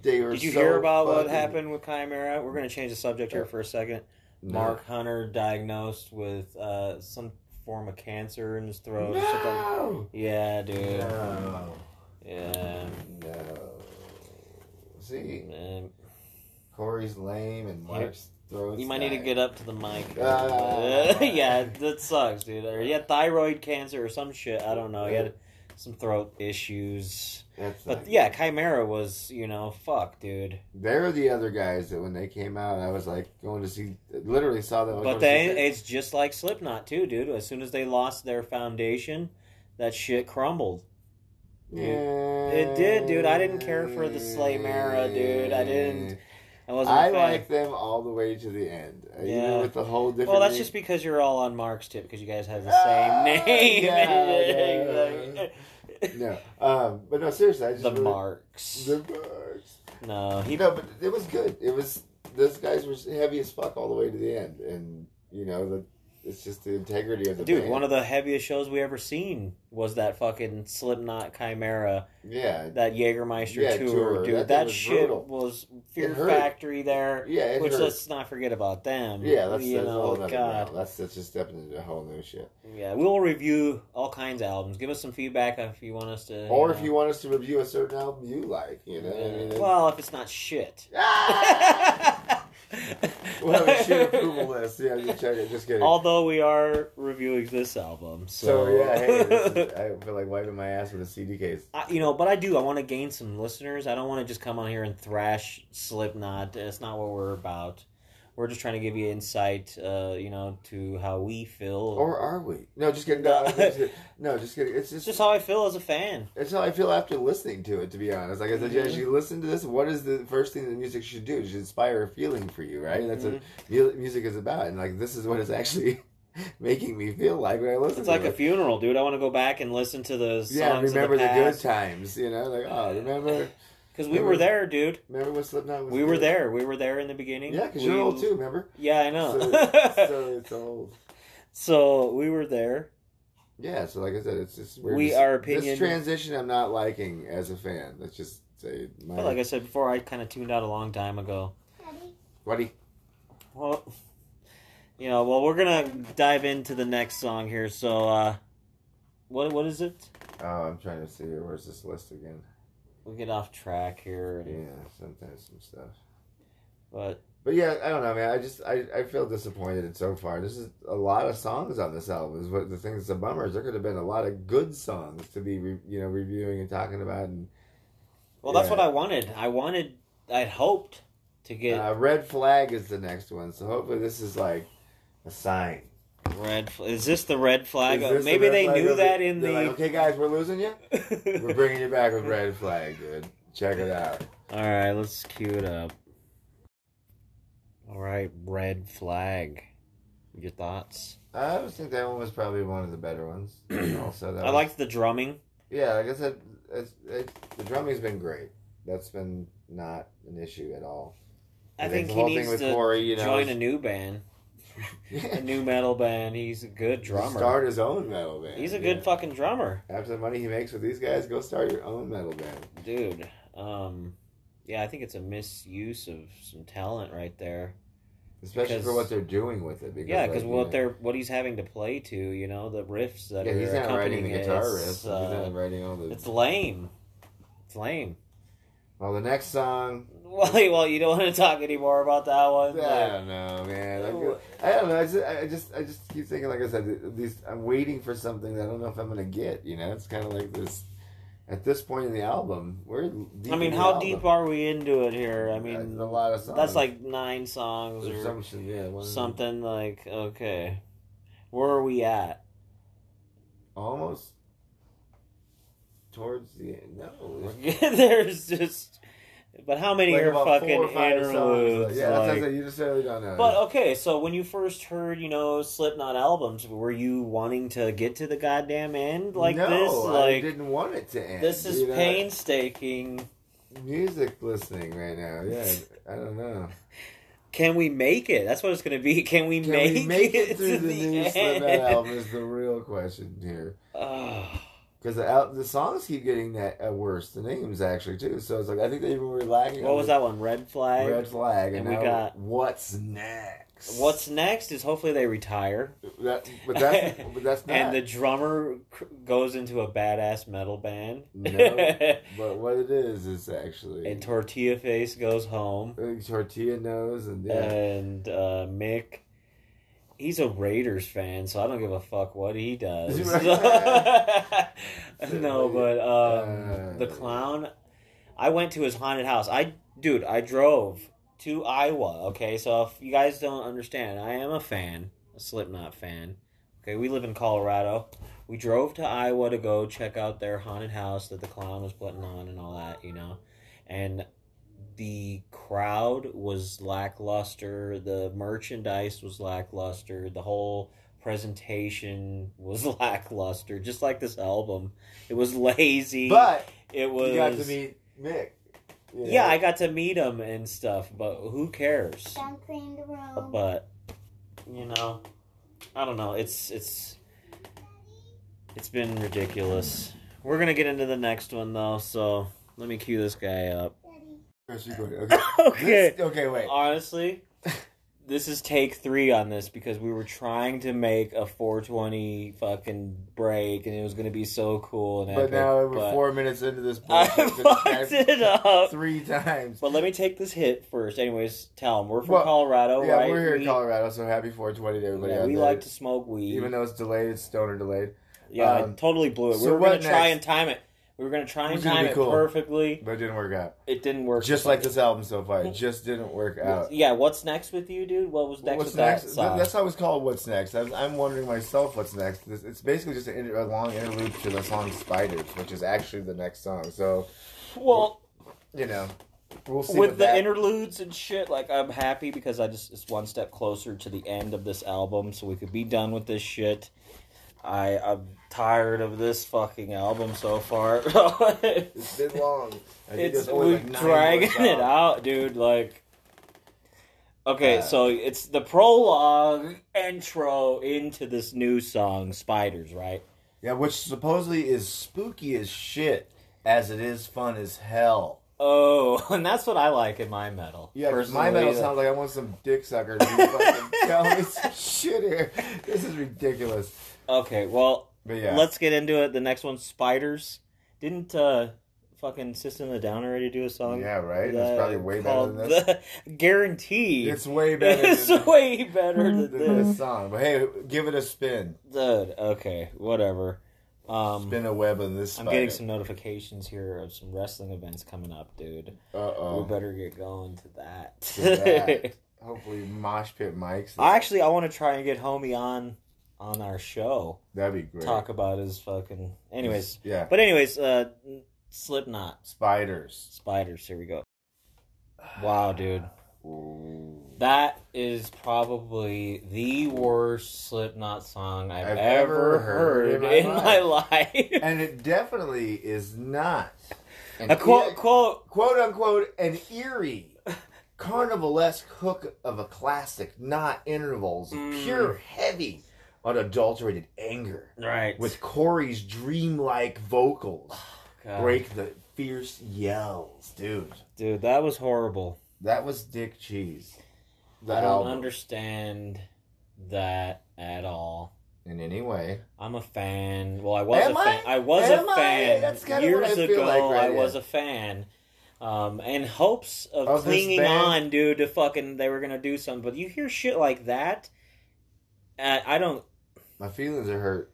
they were.
Did you
so
hear about what
fucking-
happened with Chimera? We're going to change the subject here for a second.
No.
Mark Hunter diagnosed with uh, some form of cancer in his throat. or something.
No.
Yeah, dude.
No.
Yeah.
No. See,
Man.
Corey's lame and Mark's throat.
You might need to get up to the mic.
Ah.
yeah, that sucks, dude. Or he had thyroid cancer or some shit. I don't know. He had some throat issues.
That's
But
like-
yeah, Chimera was, you know, fuck, dude.
they're the other guys that when they came out, I was like going to see. Literally saw them.
But
they,
they, it's just like Slipknot too, dude. As soon as they lost their foundation, that shit crumbled.
yeah,
It did, dude. I didn't care for the Slame era, dude. I didn't- I wasn't. a
I
fan.
like them all the way to the end. Uh, Even
Yeah.
with the whole different.
Well, that's just because you're all on Mark's tip because you guys have the
Ah,
same name.
yeah,
Exactly.
no. Um, but no, seriously, I just
the
really-
Marks.
The marks.
no, he
You know, but it was good. It was those guys were heavy as fuck all the way to the end, and you know the it's just the integrity of the
Dude,
band.
one of the heaviest shows we ever seen was that fucking Slipknot Chimera,
yeah,
that Jägermeister
Yeah,
tour,
tour.
dude.
That
That,
thing was
shit
brutal.
was Fear
It hurt.
Factory there.
yeah, it
Which
hurt.
let's not forget about them.
yeah, that's,
you
that's
know,
all another
oh, God,
God. That's that's just stepping into a whole new shit.
yeah. We'll review all kinds of albums. Give us some feedback if you want us to.
Or if you want us to review a certain album you like, you know, I mean,
well, if it's not shit.
ah! we'll have a shit approval list. Yeah, just check it. Just kidding.
Although we are reviewing this album,
so
so,
yeah, hey, this is, I feel like wiping my ass with a CD case.
I, you know, but I do. I want to gain some listeners. I don't want to just come on here and thrash Slipknot. That's not what we're about. We're just trying to give you insight, uh, you know, to how we feel.
Or are we? No, just kidding. No, just kidding. no just kidding. It's
it's
just
just how I feel as a fan.
That's how I feel after listening to it, to be honest. Like I said, yeah,
Mhm.
as you listen to this, what is the first thing that music should do? It should inspire a feeling for you, right? That's
Mhm.
what mu- music is about. And, like, this is what it's actually making me feel like when I listen
It's
to
like a
it.
funeral, dude. I want to go back and listen to the songs
yeah, remember
of the,
the, good
past.
times, you know? Like, oh, remember
Because we were there, dude.
remember when Slipknot was
We were
good?
there. We were there in the beginning.
Yeah, because
We-
you're old, too, remember?
Yeah, I know.
So,
So,
so it's old.
we were there.
Yeah, so like I said, it's just weird.
We
This-
are
This
opinion-
transition I'm not liking as a fan. Let's just say my...
But like I said before, I kind of tuned out a long time ago.
what do you...
Well, you know, well, we're gonna dive into the next song here. So, uh, what what is it?
Oh, I'm trying to see here. Where's this list again?
We get off track here,
Yeah, sometimes some stuff.
but
But yeah, I don't know, man. I just I, I feel disappointed in so far. This is a lot of songs on this album. Is what the thing that's a bummer is there could have been a lot of good songs to be re, you know reviewing and talking about. And
well, that's
Yeah.
what I wanted. I wanted, I'd hoped to get
uh, Red Flag is the next one, so hopefully this is like a sign.
red. Fl- is this the red flag?
Is this the
uh, Maybe
Red
they
Flag
knew
of
that in
they're like,
the.
okay, guys, we're losing you. We're bringing you back with Red Flag, dude. Check it out.
All right, let's cue it up. All right, red flag. Your thoughts?
I always think that one was probably one of the better ones. also, that
I
was-
liked the drumming.
Yeah, like I said, it's, it's, the drumming's been great. That's been not an issue at all.
I
And
think
the
he
whole thing
needs
with
to
Corey, you know,
join
is-
a new band,
Yeah.
a new metal band. He's a good drummer.
Start his own metal band.
He's a good
yeah.
fucking drummer,
After the money he makes with these guys, go start your own metal band.
dude. Um, yeah, I think it's a misuse of some talent right there.
Especially for
Because-
what they're doing with it. Because,
Yeah, because
like,
what
you know,
they're what he's having to play to, you know, the riffs that
Yeah,
are
he's not writing
accompanying
the
it,
guitar
it's,
riffs. he's
uh,
not writing all the.
it's lame. It's lame.
Well, the next song.
Well, well, you don't want to talk anymore about that
I
one. Like, Oh.
don't know, man. I, feel- I don't know. I just, I just, I just keep thinking, like I said, these. I'm waiting for something that I don't know if I'm gonna get. You know, it's kind of like this. At this point in the album, we're. Deep
I mean,
in the
how
album.
deep are we into it here? I mean,
That's a lot of songs.
that's like nine songs
There's
or
some shit, yeah, one-
something. Like, okay, where are we at?
almost towards the end. No, it's-
There's just, but how many
like
are
about
fucking
four or five
interludes?
songs. Yeah, that's
like-
like, you just really don't know.
but okay, so when you first heard, you know, Slipknot albums, were you wanting to get to the goddamn end like
no,
this?
I
Like
didn't want it to end.
this is
you know?
painstaking.
Music listening right now. Yeah, I don't know.
Can we make it? That's what it's going to be. Can we
Can
make,
we make it, through
to
the, new
end?
Slipknot album? Is the real question here.
Ugh.
Because the, al- the songs keep getting that uh, worse. The names actually too. So it's like I think they even were lacking.
what
on
was
the
that one? Red flag.
Red flag. And,
And we
now
got-
what's next?
What's next is hopefully they retire
that? But that's but that's not.
and the drummer cr- goes into a badass metal band.
No. but what it is is actually
and Tortilla Face goes home.
I think tortilla nose and yeah.
And uh, Mick, he's a Raiders fan, so I don't give a fuck what he does. no, but um, the clown. I went to his haunted house. I, dude, I drove to Iowa. Okay, so if you guys don't understand, I am a fan, a Slipknot fan. Okay, we live in Colorado. We drove to Iowa to go check out their haunted house that the clown was putting on and all that, you know. And the crowd was lackluster. The merchandise was lackluster. The whole presentation was lackluster. Just like this album, it was lazy.
but
it was.
you got to meet Mick. you know?
yeah, I got to meet him and stuff, but who cares?
Don't clean the room.
But you know, I don't know. It's it's it's been ridiculous. We're gonna get into the next one though, so let me cue this guy up.
Daddy,
Yes, you go. Okay.
Okay.
This- okay.
Oh,
Wait.
Honestly, this is take three on this because we were trying to make a 420 fucking break and it was going to be so cool. And
But
epic,
now we're
but
four minutes into this.
I
bullshit, this
fucked
guy-
it up.
three times.
But let me take this hit first. Anyways, tell them we're from
Well,
Colorado,
yeah,
right?
we're here
We-
in Colorado, so happy 420 to everybody
yeah,
out
we
there.
like to smoke weed.
even though it's delayed, it's stoner delayed.
yeah, I
um,
totally blew it.
so
we were
what
going to try
next?
and time it. We were going to try
It
and
was gonna
time
be
it
cool.
perfectly.
But it didn't work out.
It didn't work.
Just like this album so far, it just didn't work out.
Yeah, what's next with you, dude? What was uh, next
what's
with
next?
that
Th-
song?
That's always called "What's Next." I'm, I'm wondering myself what's next. This, it's basically just an inter- a long interlude to the song "Spiders," which is actually the next song. So
well,
you know, we'll see.
with
what
the
that-
interludes and shit like i'm happy because i just it's one step closer to the end of this album so we could be done with this shit i i'm tired of this fucking album so far
it's been long. I think
it's
there's only,
we're
like, nine
dragging
words
it out dude like okay
Uh,
so it's the prologue intro into this new song spiders right
Yeah, which supposedly is spooky as shit, as it is fun as hell.
oh and that's what i like in my metal
Yeah, 'cause my
personally,
metal
the-
sounds like I want some dick sucker to be fucking telling me some shit here. This is ridiculous.
okay well
But yeah,
Let's get into it. The next one's spiders. Didn't uh fucking System of a Down already do a song?
yeah, right. That's
that
probably way better
called
than this.
The guarantee.
It's way better than,
It's way better than
than this
this.
song. But hey, give it a spin.
Dude, okay, whatever. Um
Spin a web on this.
I'm
Spider.
getting some notifications here of some wrestling events coming up, dude.
Uh
We
oh.
better get going to that.
that. Hopefully, mosh pit mics.
Actually, I want to try and get Homie on on our show.
That'd be great.
Talk about his fucking. Anyways,
Yeah.
but anyways, uh, Slipknot.
Spiders.
Spiders. Here we go. Wow, dude,
Ooh.
that is probably the worst Slipknot song I've,
I've
ever,
ever
heard,
heard
in
in
my
my
life.
And it definitely is not.
A quote, quote.
quote unquote an eerie carnivalesque hook of a classic not intervals of
Mm.
pure heavy unadulterated anger
Right.
with corey's dreamlike vocals
God.
break the fierce yells dude
dude, that was horrible.
that was dick cheese the
I don't
album
understand that at all.
in any way
I'm a fan. Well, I was
Am
a fan. I,
I?
was
Am
a
I?
fan
That's kinda
years
what I feel
ago.
like right
I
now.
was a fan, um, in hopes of,
Of this
clinging
band?
on, dude, to fucking they were gonna do something. But you hear shit like that, and I don't.
my feelings are hurt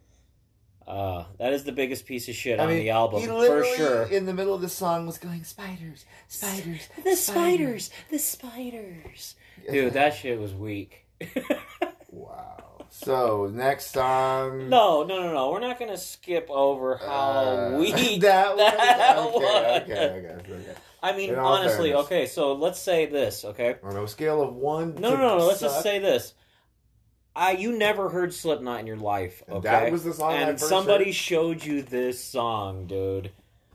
Uh, that is the biggest piece of shit
I
on
mean,
the album
he
for
literally
sure.
in the middle of the song was going spiders spiders
the spiders, the spiders, dude. That shit was weak.
wow so next song
No, no, no, no. We're not gonna skip over how
Uh,
weak
that,
that
was.
was.
Okay, okay, okay, okay.
I mean,
In all
honestly,
fairness.
okay, so let's say this, okay?
On a scale of one,
No, no,
to
no, no, let's just
suck,
say this. I you never heard Slipknot in your life, okay?
that was the song. I
and
first
somebody
heard.
showed you this song, dude.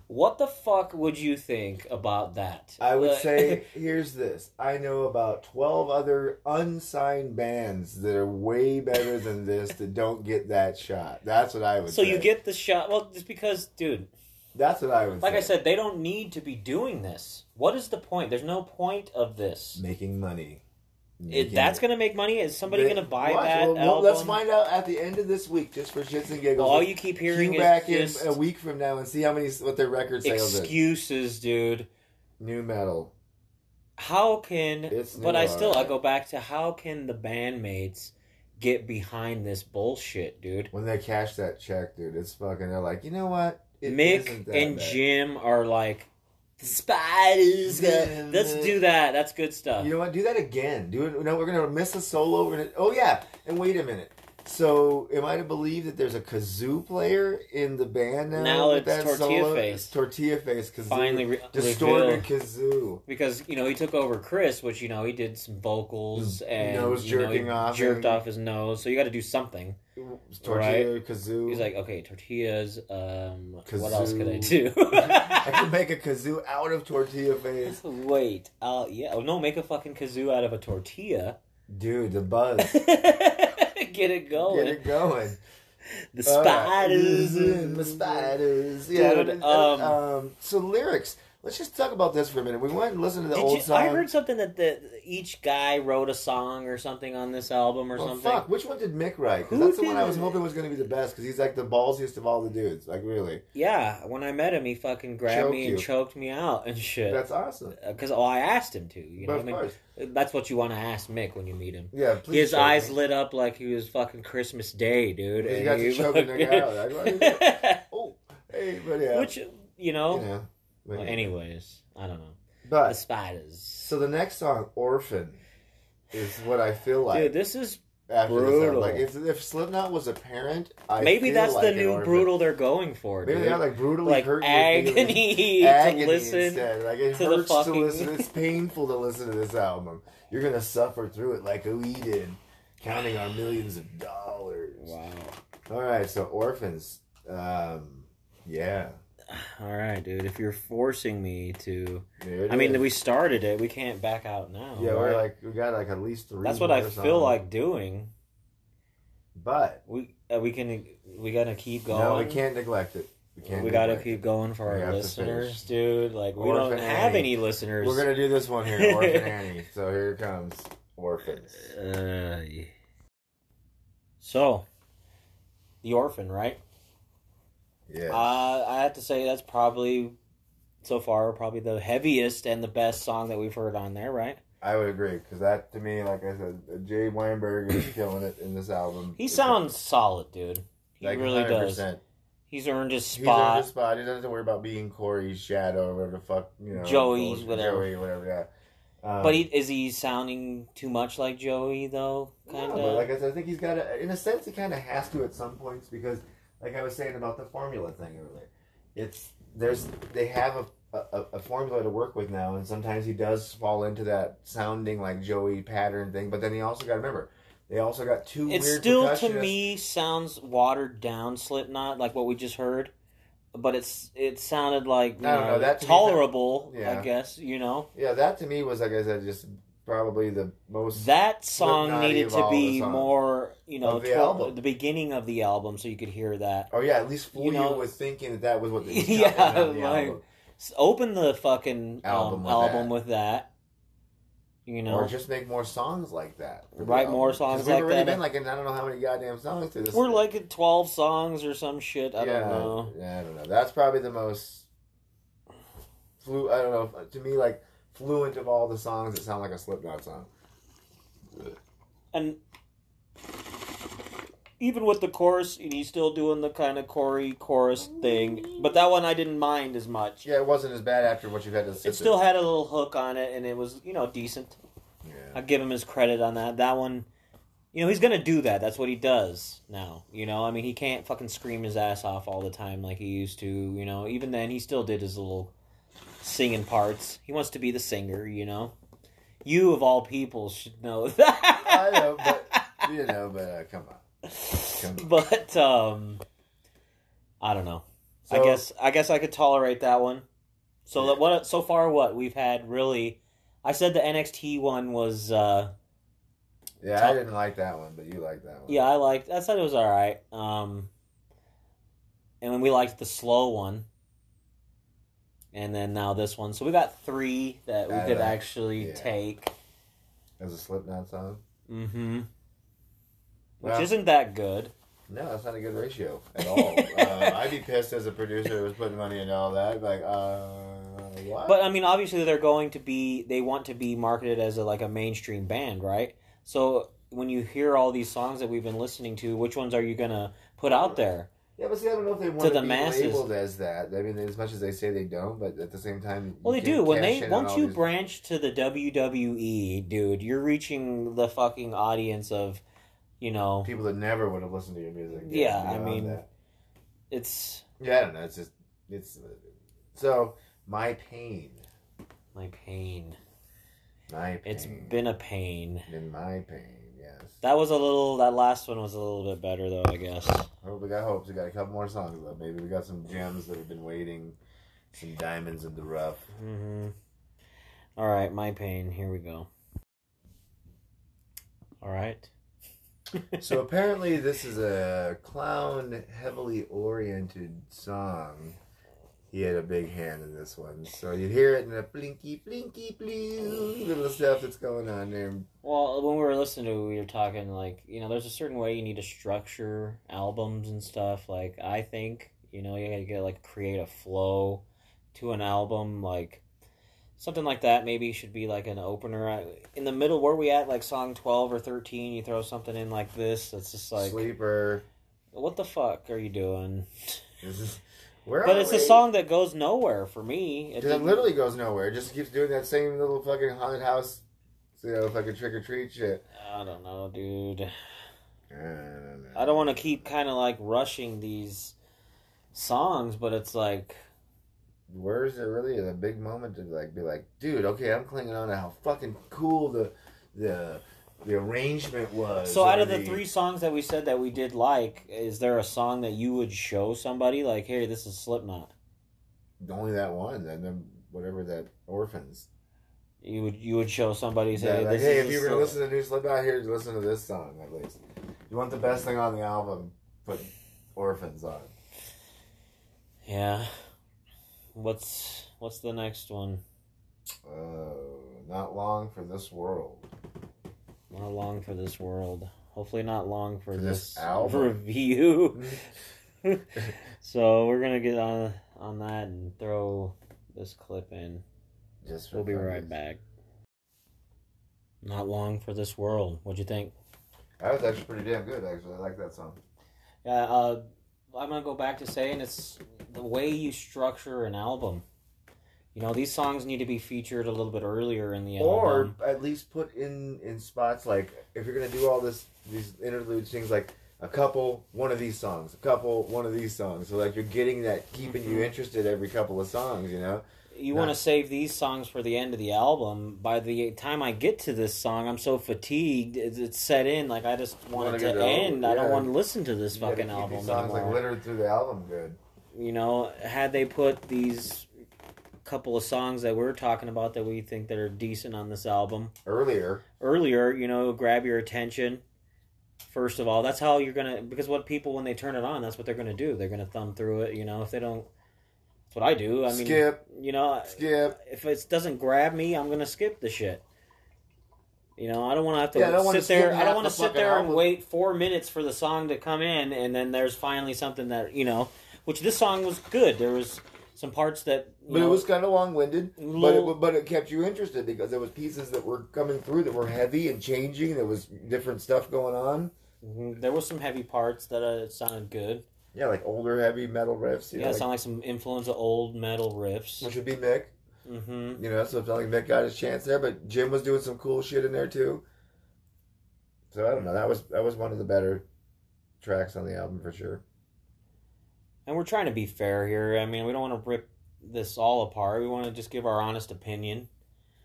What the fuck would you think about that?
I would
Like-
say, here's this. I know about 12 other unsigned bands that are way better than this that don't get that shot. That's what I would
so
say.
you get the shot. Well, it's because, dude,
That's what I would
like
say.
I said, they don't need to be doing this. What is the point? There's no point of this.
Making money.
It, that's gonna make money. Is somebody
They-
gonna buy
watch,
that
well, well,
album?
Let's find out at the end of this week, just for shits and giggles.
All you keep hearing
Cue
is
back in
just
a week from now and see how many what their record sales is.
excuses, dude.
New metal.
How can?
It's
but
new,
I still I
alright.
go back to how can the bandmates get behind this bullshit, dude?
When they cash that check, dude, it's fucking. They're like, you know what? It isn't
Mick
that
and
bad."
Jim are like the spiders. go-"
Yeah,
Let's
man.
do that. That's good stuff.
You know what? Do that again. Do it. No, we're gonna miss a solo. We're gonna. Oh yeah. And wait a minute. So am I to believe that there's a kazoo player in the band now?
Now
with
it's
that
Tortilla
solo?
Face.
It's tortilla face kazoo.
Finally, re-
distorted
revealed.
kazoo.
because you know he took over Chris, which you know he did some vocals and
Nose
you know, he
jerking off
jerked
and-
off his nose. So you got to do something.
Tortilla kazoo.
He's like, okay, tortillas. Um, what
Kazoo.
else could I do?
I can make a kazoo out of tortilla face,
Wait, uh, yeah, oh, no, make a fucking kazoo out of a tortilla.
dude. The buzz.
Get it going.
Get it going.
The
All right.
spiders.
the spiders. Yeah.
Dude,
and- and,
um,
um, so lyrics. Let's just talk about this for a minute. We went and listened to the
Did
old
you,
song.
I heard something that the each guy wrote a song or something on this album or
Well,
something.
Oh, fuck, which one did Mick write? 'Cause
Who
that's the one
did
I was
it?
hoping was going to be the best because he's like the ballsiest of all the dudes. Like, really.
Yeah, when I met him, he fucking grabbed
Choked
me and
you.
choked me out and shit.
That's awesome.
Because well, I asked him to. You know,
But
what
of
I mean,
course.
that's what you want to ask Mick when you meet him.
Yeah, please.
His
choke
eyes
me.
lit up like he was fucking Christmas Day, dude.
He
and
got
he
to choke a nigga out. Like, what is
fucking-
Oh, hey, but yeah.
Which you know,
you know.
Well,
Anyway.
anyways, I don't know. The
But,
spiders.
so the next song, Orphan, is what I feel like.
Dude, this is
after this
brutal.
album. Like, if, if Slipknot was a parent, I
maybe
feel
that's
like
the
an
new
orphan.
brutal they're going for,
Maybe
dude.
they got like brutally
like
hurt your feelings.
agony,
agony
to listen.
instead. Like it
to the
hurts to
fucking-
listen. It's painful to listen to this album. You're gonna suffer through it like we did, counting our millions of dollars.
Wow.
All right, so orphans. Um, yeah.
All right, dude. If you're forcing me to,
there it
I mean,
is.
we started it. We can't back out now.
yeah,
right?
we're like we got like at least three.
that's what I
more
feel
songs.
like doing.
But
We uh, we can we gotta keep going.
no, we can't neglect it. We can't.
We gotta
neglect it.
keep going for
We
our
have to
listeners,
finish.
dude. Like we
Orphan
don't have
Annie.
any listeners.
We're gonna do this one here, Orphan Annie. So here it comes, orphans.
Uh, yeah. So, the orphan, right?
Yeah.
Uh, I have to say that's probably so far probably the heaviest and the best song that we've heard on there, right?
I would agree because that to me, like I said, Jay Weinberg is killing it in this album.
He
It's a-
sounds solid, dude. He
like
really does.
100%.
He's earned his
He's on
spot.
the spot. He doesn't have to worry about being Corey's shadow or whatever the fuck you know.
Joey's,
Joey,
whatever.
Joey, whatever. Yeah. Um,
But he, is he sounding too much like Joey though?
no,
Kind of.
but like I said, I think he's got. A, in a sense, he kind of has to at some points because, like I was saying about the formula thing earlier, it's there's they have a a, a formula to work with now, and sometimes he does fall into that sounding like Joey pattern thing. But then he also got to remember, they also got two.
it
weird
still to
percussionists.
me sounds watered down Slipknot, like what we just heard. But it's it sounded like you
I don't know, that to me-
tolerable,
Yeah.
I guess you know
Yeah, that to me was like I said, just probably the most.
that song
Slipknot
needed
of
to
all
be
the songs.
more you know
Of the
toward
album.
the beginning of the album so you could hear that.
Oh yeah, at least fool
You
you,
know-
with thinking that that was what the
Yeah,
yeah, on the
like,
album.
S open the fucking album, um,
Album with
album
that.
with that. You know,
or just make more songs like that. for the
Write
album.
more
'Cause
songs
we've
like
already
that.
Been like, in I don't know how many goddamn songs to this.
we're like at twelve songs or some shit. I don't know.
Yeah, I don't know. That's probably the most flu. I don't know. To me, like fluent of all the songs that sound like a Slipknot song.
and even with the chorus, and he's still doing the kind of Corey chorus thing. But that one I didn't mind as much.
Yeah, it wasn't as bad after what you've had to. Sit
It still had a little hook on it, and it was you know decent.
through.
I give him his credit on that. That one, you know, he's gonna do that. That's what he does now. You know, I mean, he can't fucking scream his ass off all the time like he used to. You know, even then, he still did his little singing parts. He wants to be the singer. You know, you of all people should know that.
I know, but you know, but uh, come on. Come on.
but um i don't know I guess I guess I could tolerate that one. So that what so far what we've had really, I said the NXT one was uh,
Yeah, I
Top-
didn't like that one, but you like that one.
yeah I liked I said it was all right. Um, and then we liked the slow one, and then now this one. So we got three that we
I
could
like-
actually
yeah.
take.
It was a Slipknot song.
Mm-hmm. Which
Well-
isn't that good.
No, that's not a good ratio at all. uh, I'd be pissed as a producer who was putting money into all that. Like, uh, what?
But I mean, obviously, they're going to be they want to be marketed as a, like a mainstream band, right? So when you hear all these songs that we've been listening to, which ones are you gonna put out there?
yeah, but see, I don't know if they want to,
the
be
masses.
labeled as that. I mean, as much as they say they don't, but at the same time,
Well,
you
they do.
can't
When
cash
they
in on
once
all
you
these-
branch to the WWE, dude, you're reaching the fucking audience of, you know,
people that never would have listened to your music.
Yeah, I
you know,
mean-
that-
it's
yeah, I don't know. It's just it's so my pain,
my pain.
my pain,
It's been a pain.
in my pain. Yes,
That was a little. That last one was a little bit better, though. I guess.
Hope we got hopes. We got a couple more songs left. Maybe we got some gems that have been waiting, some diamonds in the rough.
Mm-hmm. All right, my pain. Here we go. All right.
So apparently, this is a clown heavily oriented song. He had a big hand in this one, so you hear it in the blinky, blinky, blue little stuff that's going on there.
Well, when we were listening to, it, we were talking like you know, there's a certain way you need to structure albums and stuff. Like I think you know you gotta get like create a flow to an album, like something like that. Maybe should be like an opener I- in the middle. Where we at, like song twelve or thirteen, you throw something in like this. That's just like,
Sleeper.
what the fuck are you doing?
This is, where
But
are
it's a
we?
song that goes nowhere for me. It
It
didn't-
literally goes nowhere. It just keeps doing that same little fucking haunted house, you know, fucking trick or treat shit.
I don't know, dude.
I don't, know.
I don't want to keep kind of like rushing these songs, but it's like,
where is there really a big moment to like be like, dude, okay, I'm clinging on to how fucking cool the the the arrangement was.
so
or
out of the three songs that we said that we did like, is there a song that you would show somebody like, hey, this is Slipknot?
only that one, and then whatever that orphans.
You would you would show somebody say,
That,
hey,
like,
this
hey,
is
if you were gonna
Slipknot."
listen to new slip out here, listen to this song at least. You want the best thing on the album? Put orphans on.
yeah. What's what's the next one?
Oh, not long for this world.
Not long for this world. Hopefully, not long for
For this
this,
album.
review. so we're gonna get on on that and throw this clip in.
Just for
We'll be
fun.
right back. Not long for this world. What'd you think?
That was actually pretty damn good. Actually, I like that song.
Yeah, uh, I'm gonna go back to saying it's the way you structure an album. You know, these songs need to be featured a little bit earlier in the
or
album.
at least put in in spots like if you're gonna do all this these interludes things like a couple one of these songs a couple one of these songs so like you're getting that keeping
Mm-hmm.
you interested every couple of songs you know
You
Nah.
want to save these songs for the end of the album. By the time I get to this song, I'm so fatigued. It's, it's set in. Like I just want
wanna
it
get
to
it over,
end. I
yeah.
don't want to listen to this
You gotta
fucking
keep
album
these songs
anymore.
like littered through the album good
you know, had they put these couple of songs that we're talking about that we think that are decent on this album
earlier
earlier, you know, grab your attention. First of all, that's how you're gonna because what people when they turn it on, that's what they're gonna do. They're gonna thumb through it, you know. If they don't, that's what I do. I mean,
Skip.
You know,
skip
if it doesn't grab me, I'm gonna skip the shit. You know, I don't want to have to
Yeah, I don't wanna
sit there.
skip
I
half
don't want
the
to sit
fucking
there and
album.
wait four minutes for the song to come in, and then there's finally something that you know, which this song was good. There was some parts that, you
but
know,
it was kind of long-winded but
Little-
it, but it kept you interested because there was pieces that were coming through that were heavy and changing there was different stuff going on
mhm, there was some heavy parts that uh, sounded good.
yeah like older heavy metal riffs you
Yeah,
know,
it
like,
sounded like some influence of old metal riffs.
which would be Mick
hmm
You know, so it's not like Mick got his chance there, but Jim was doing some cool shit in there too. So I don't know. That was that was one of the better tracks on the album for sure.
And we're trying to be fair here. I mean, we don't want to rip this all apart. We want to just give our honest opinion.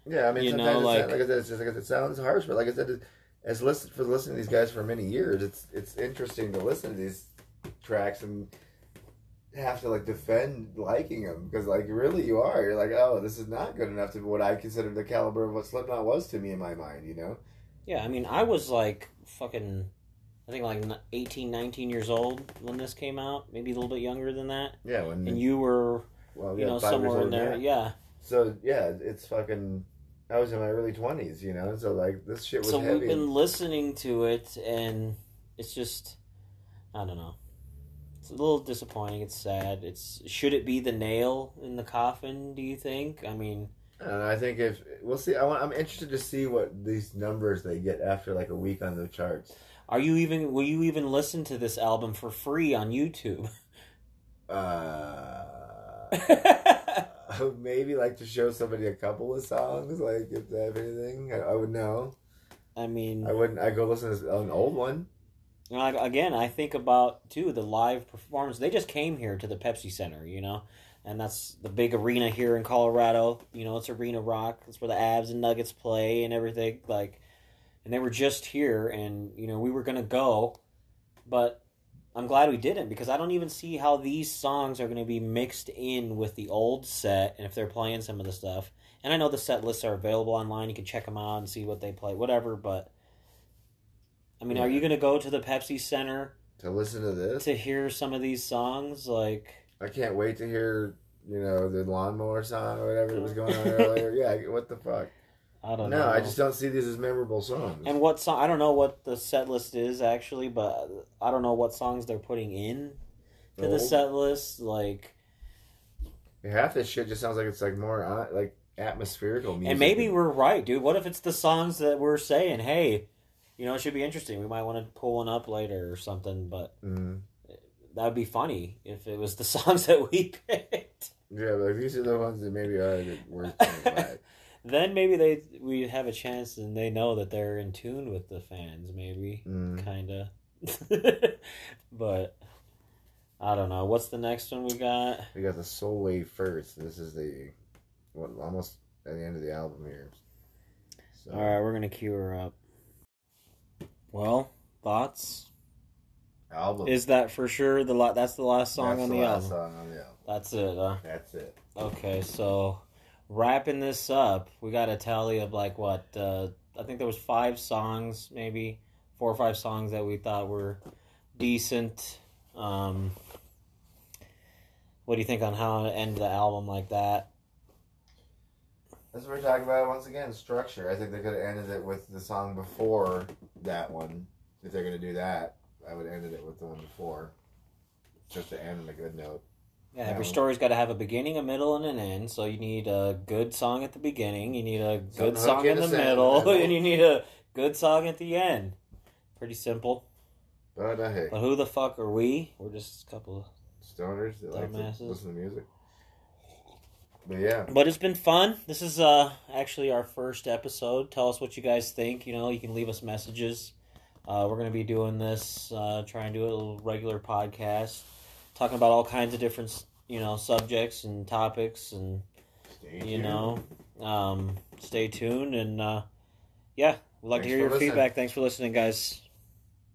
Yeah, I mean,
You
sometimes
know,
it's not-
like-
like I said, it's just, like it sounds harsh, but like I said, it- as listen for listening to these guys for many years, it's it's interesting to listen to these tracks and have to like defend liking him because like really you are you're like oh this is not good enough to what I consider the caliber of what Slipknot was to me in my mind you know
Yeah, I mean, I was like fucking, I think like n- 18, 19 years old when this came out, maybe a little bit younger than that.
yeah when
And you were,
well,
you
Mm-hmm. Oh, yeah,
know,
five years
somewhere in
old,
there.
yeah.
Yeah.
So yeah, it's fucking. I was in my early twenties, you know. So like this shit was
So
heavy.
we've been listening to it, and it's just, I don't know. It's a little disappointing. It's sad. It's should it be the nail in the coffin? Do you think? I mean,
and I think if we'll see, I want, I'm interested to see what these numbers they get after like a week on the charts.
are you even? Will you even listen to this album for free on YouTube?
Uh, maybe like to show somebody a couple of songs, like if they have anything, I, I would know.
I mean,
I wouldn't. I go listen to an old one.
And I, again, I think about too the live performance. They just came here to the Pepsi Center, you know, and that's the big arena here in Colorado. You know, it's Arena Rock. It's where the Abs and Nuggets play and everything. Like, and they were just here, and you know, we were gonna go, but I'm glad we didn't because I don't even see how these songs are gonna be mixed in with the old set and if they're playing some of the stuff. And I know the set lists are available online. You can check them out and see what they play, whatever. But I mean, are you gonna go to the Pepsi Center
To listen to this,
to hear some of these songs? Like,
I can't wait to hear you know the lawnmower song or whatever was going on earlier. Yeah, what the fuck.
I don't know.
No, I just don't see these as memorable songs.
And what song? I don't know what the set list is actually, but I don't know what songs they're putting in to the
Old.
set list. Like,
Half this shit just sounds like it's like more uh, like atmospherical music.
and maybe we're right, dude. What if it's the songs that we're saying? Hey, you know, it should be interesting. We might want to pull one up later or something. But
Mhm.
that would be funny if it was the songs that we picked.
yeah, but like, these are the ones that maybe are the worth. thinking about.
Then maybe they we have a chance, and they know that they're in tune with the fans. Maybe.
Mm.
kinda. but I don't know. What's the next one we got?
We got the Soul Wave first. This is the what, almost at the end of the album here. So,
All right, we're gonna cue her up. Well, thoughts?
album
Is that for sure the la- that's the last song on
That's
the,
last
album?
Song on the album.
That's it. Huh?
That's it.
Okay, so wrapping this up, we got a tally of like what? Uh, I think there was five songs, maybe four or five songs that we thought were decent. Um, what do you think on how to end the album like that?
That's what we're talking about once again. Structure. I think they could have ended it with the song before that one. If they're gonna do that, I would have ended it with the one before, just to end on a good note.
Yeah, every
Yeah.
story's got to have a beginning, a middle, and an end. So you need a good song at the beginning, you need a
Something
good
hook
song
you
in
to
the
sing,
middle,
I know.
and you need a good song at the end. Pretty simple.
But uh, hey,
But who the fuck are we? We're just a couple. Of...
stoners that like
Dumbasses.
to listen to music. But yeah,
But it's been fun. This is uh actually our first episode. Tell us what you guys think. You know, you can leave us messages. Uh, we're gonna be doing this, uh, trying to do a little regular podcast, talking about all kinds of different you know subjects and topics and
stay
you
tuned.
know um, stay tuned and uh, yeah we'd like
Thanks
to hear
for
your
listening.
feedback thanks for listening guys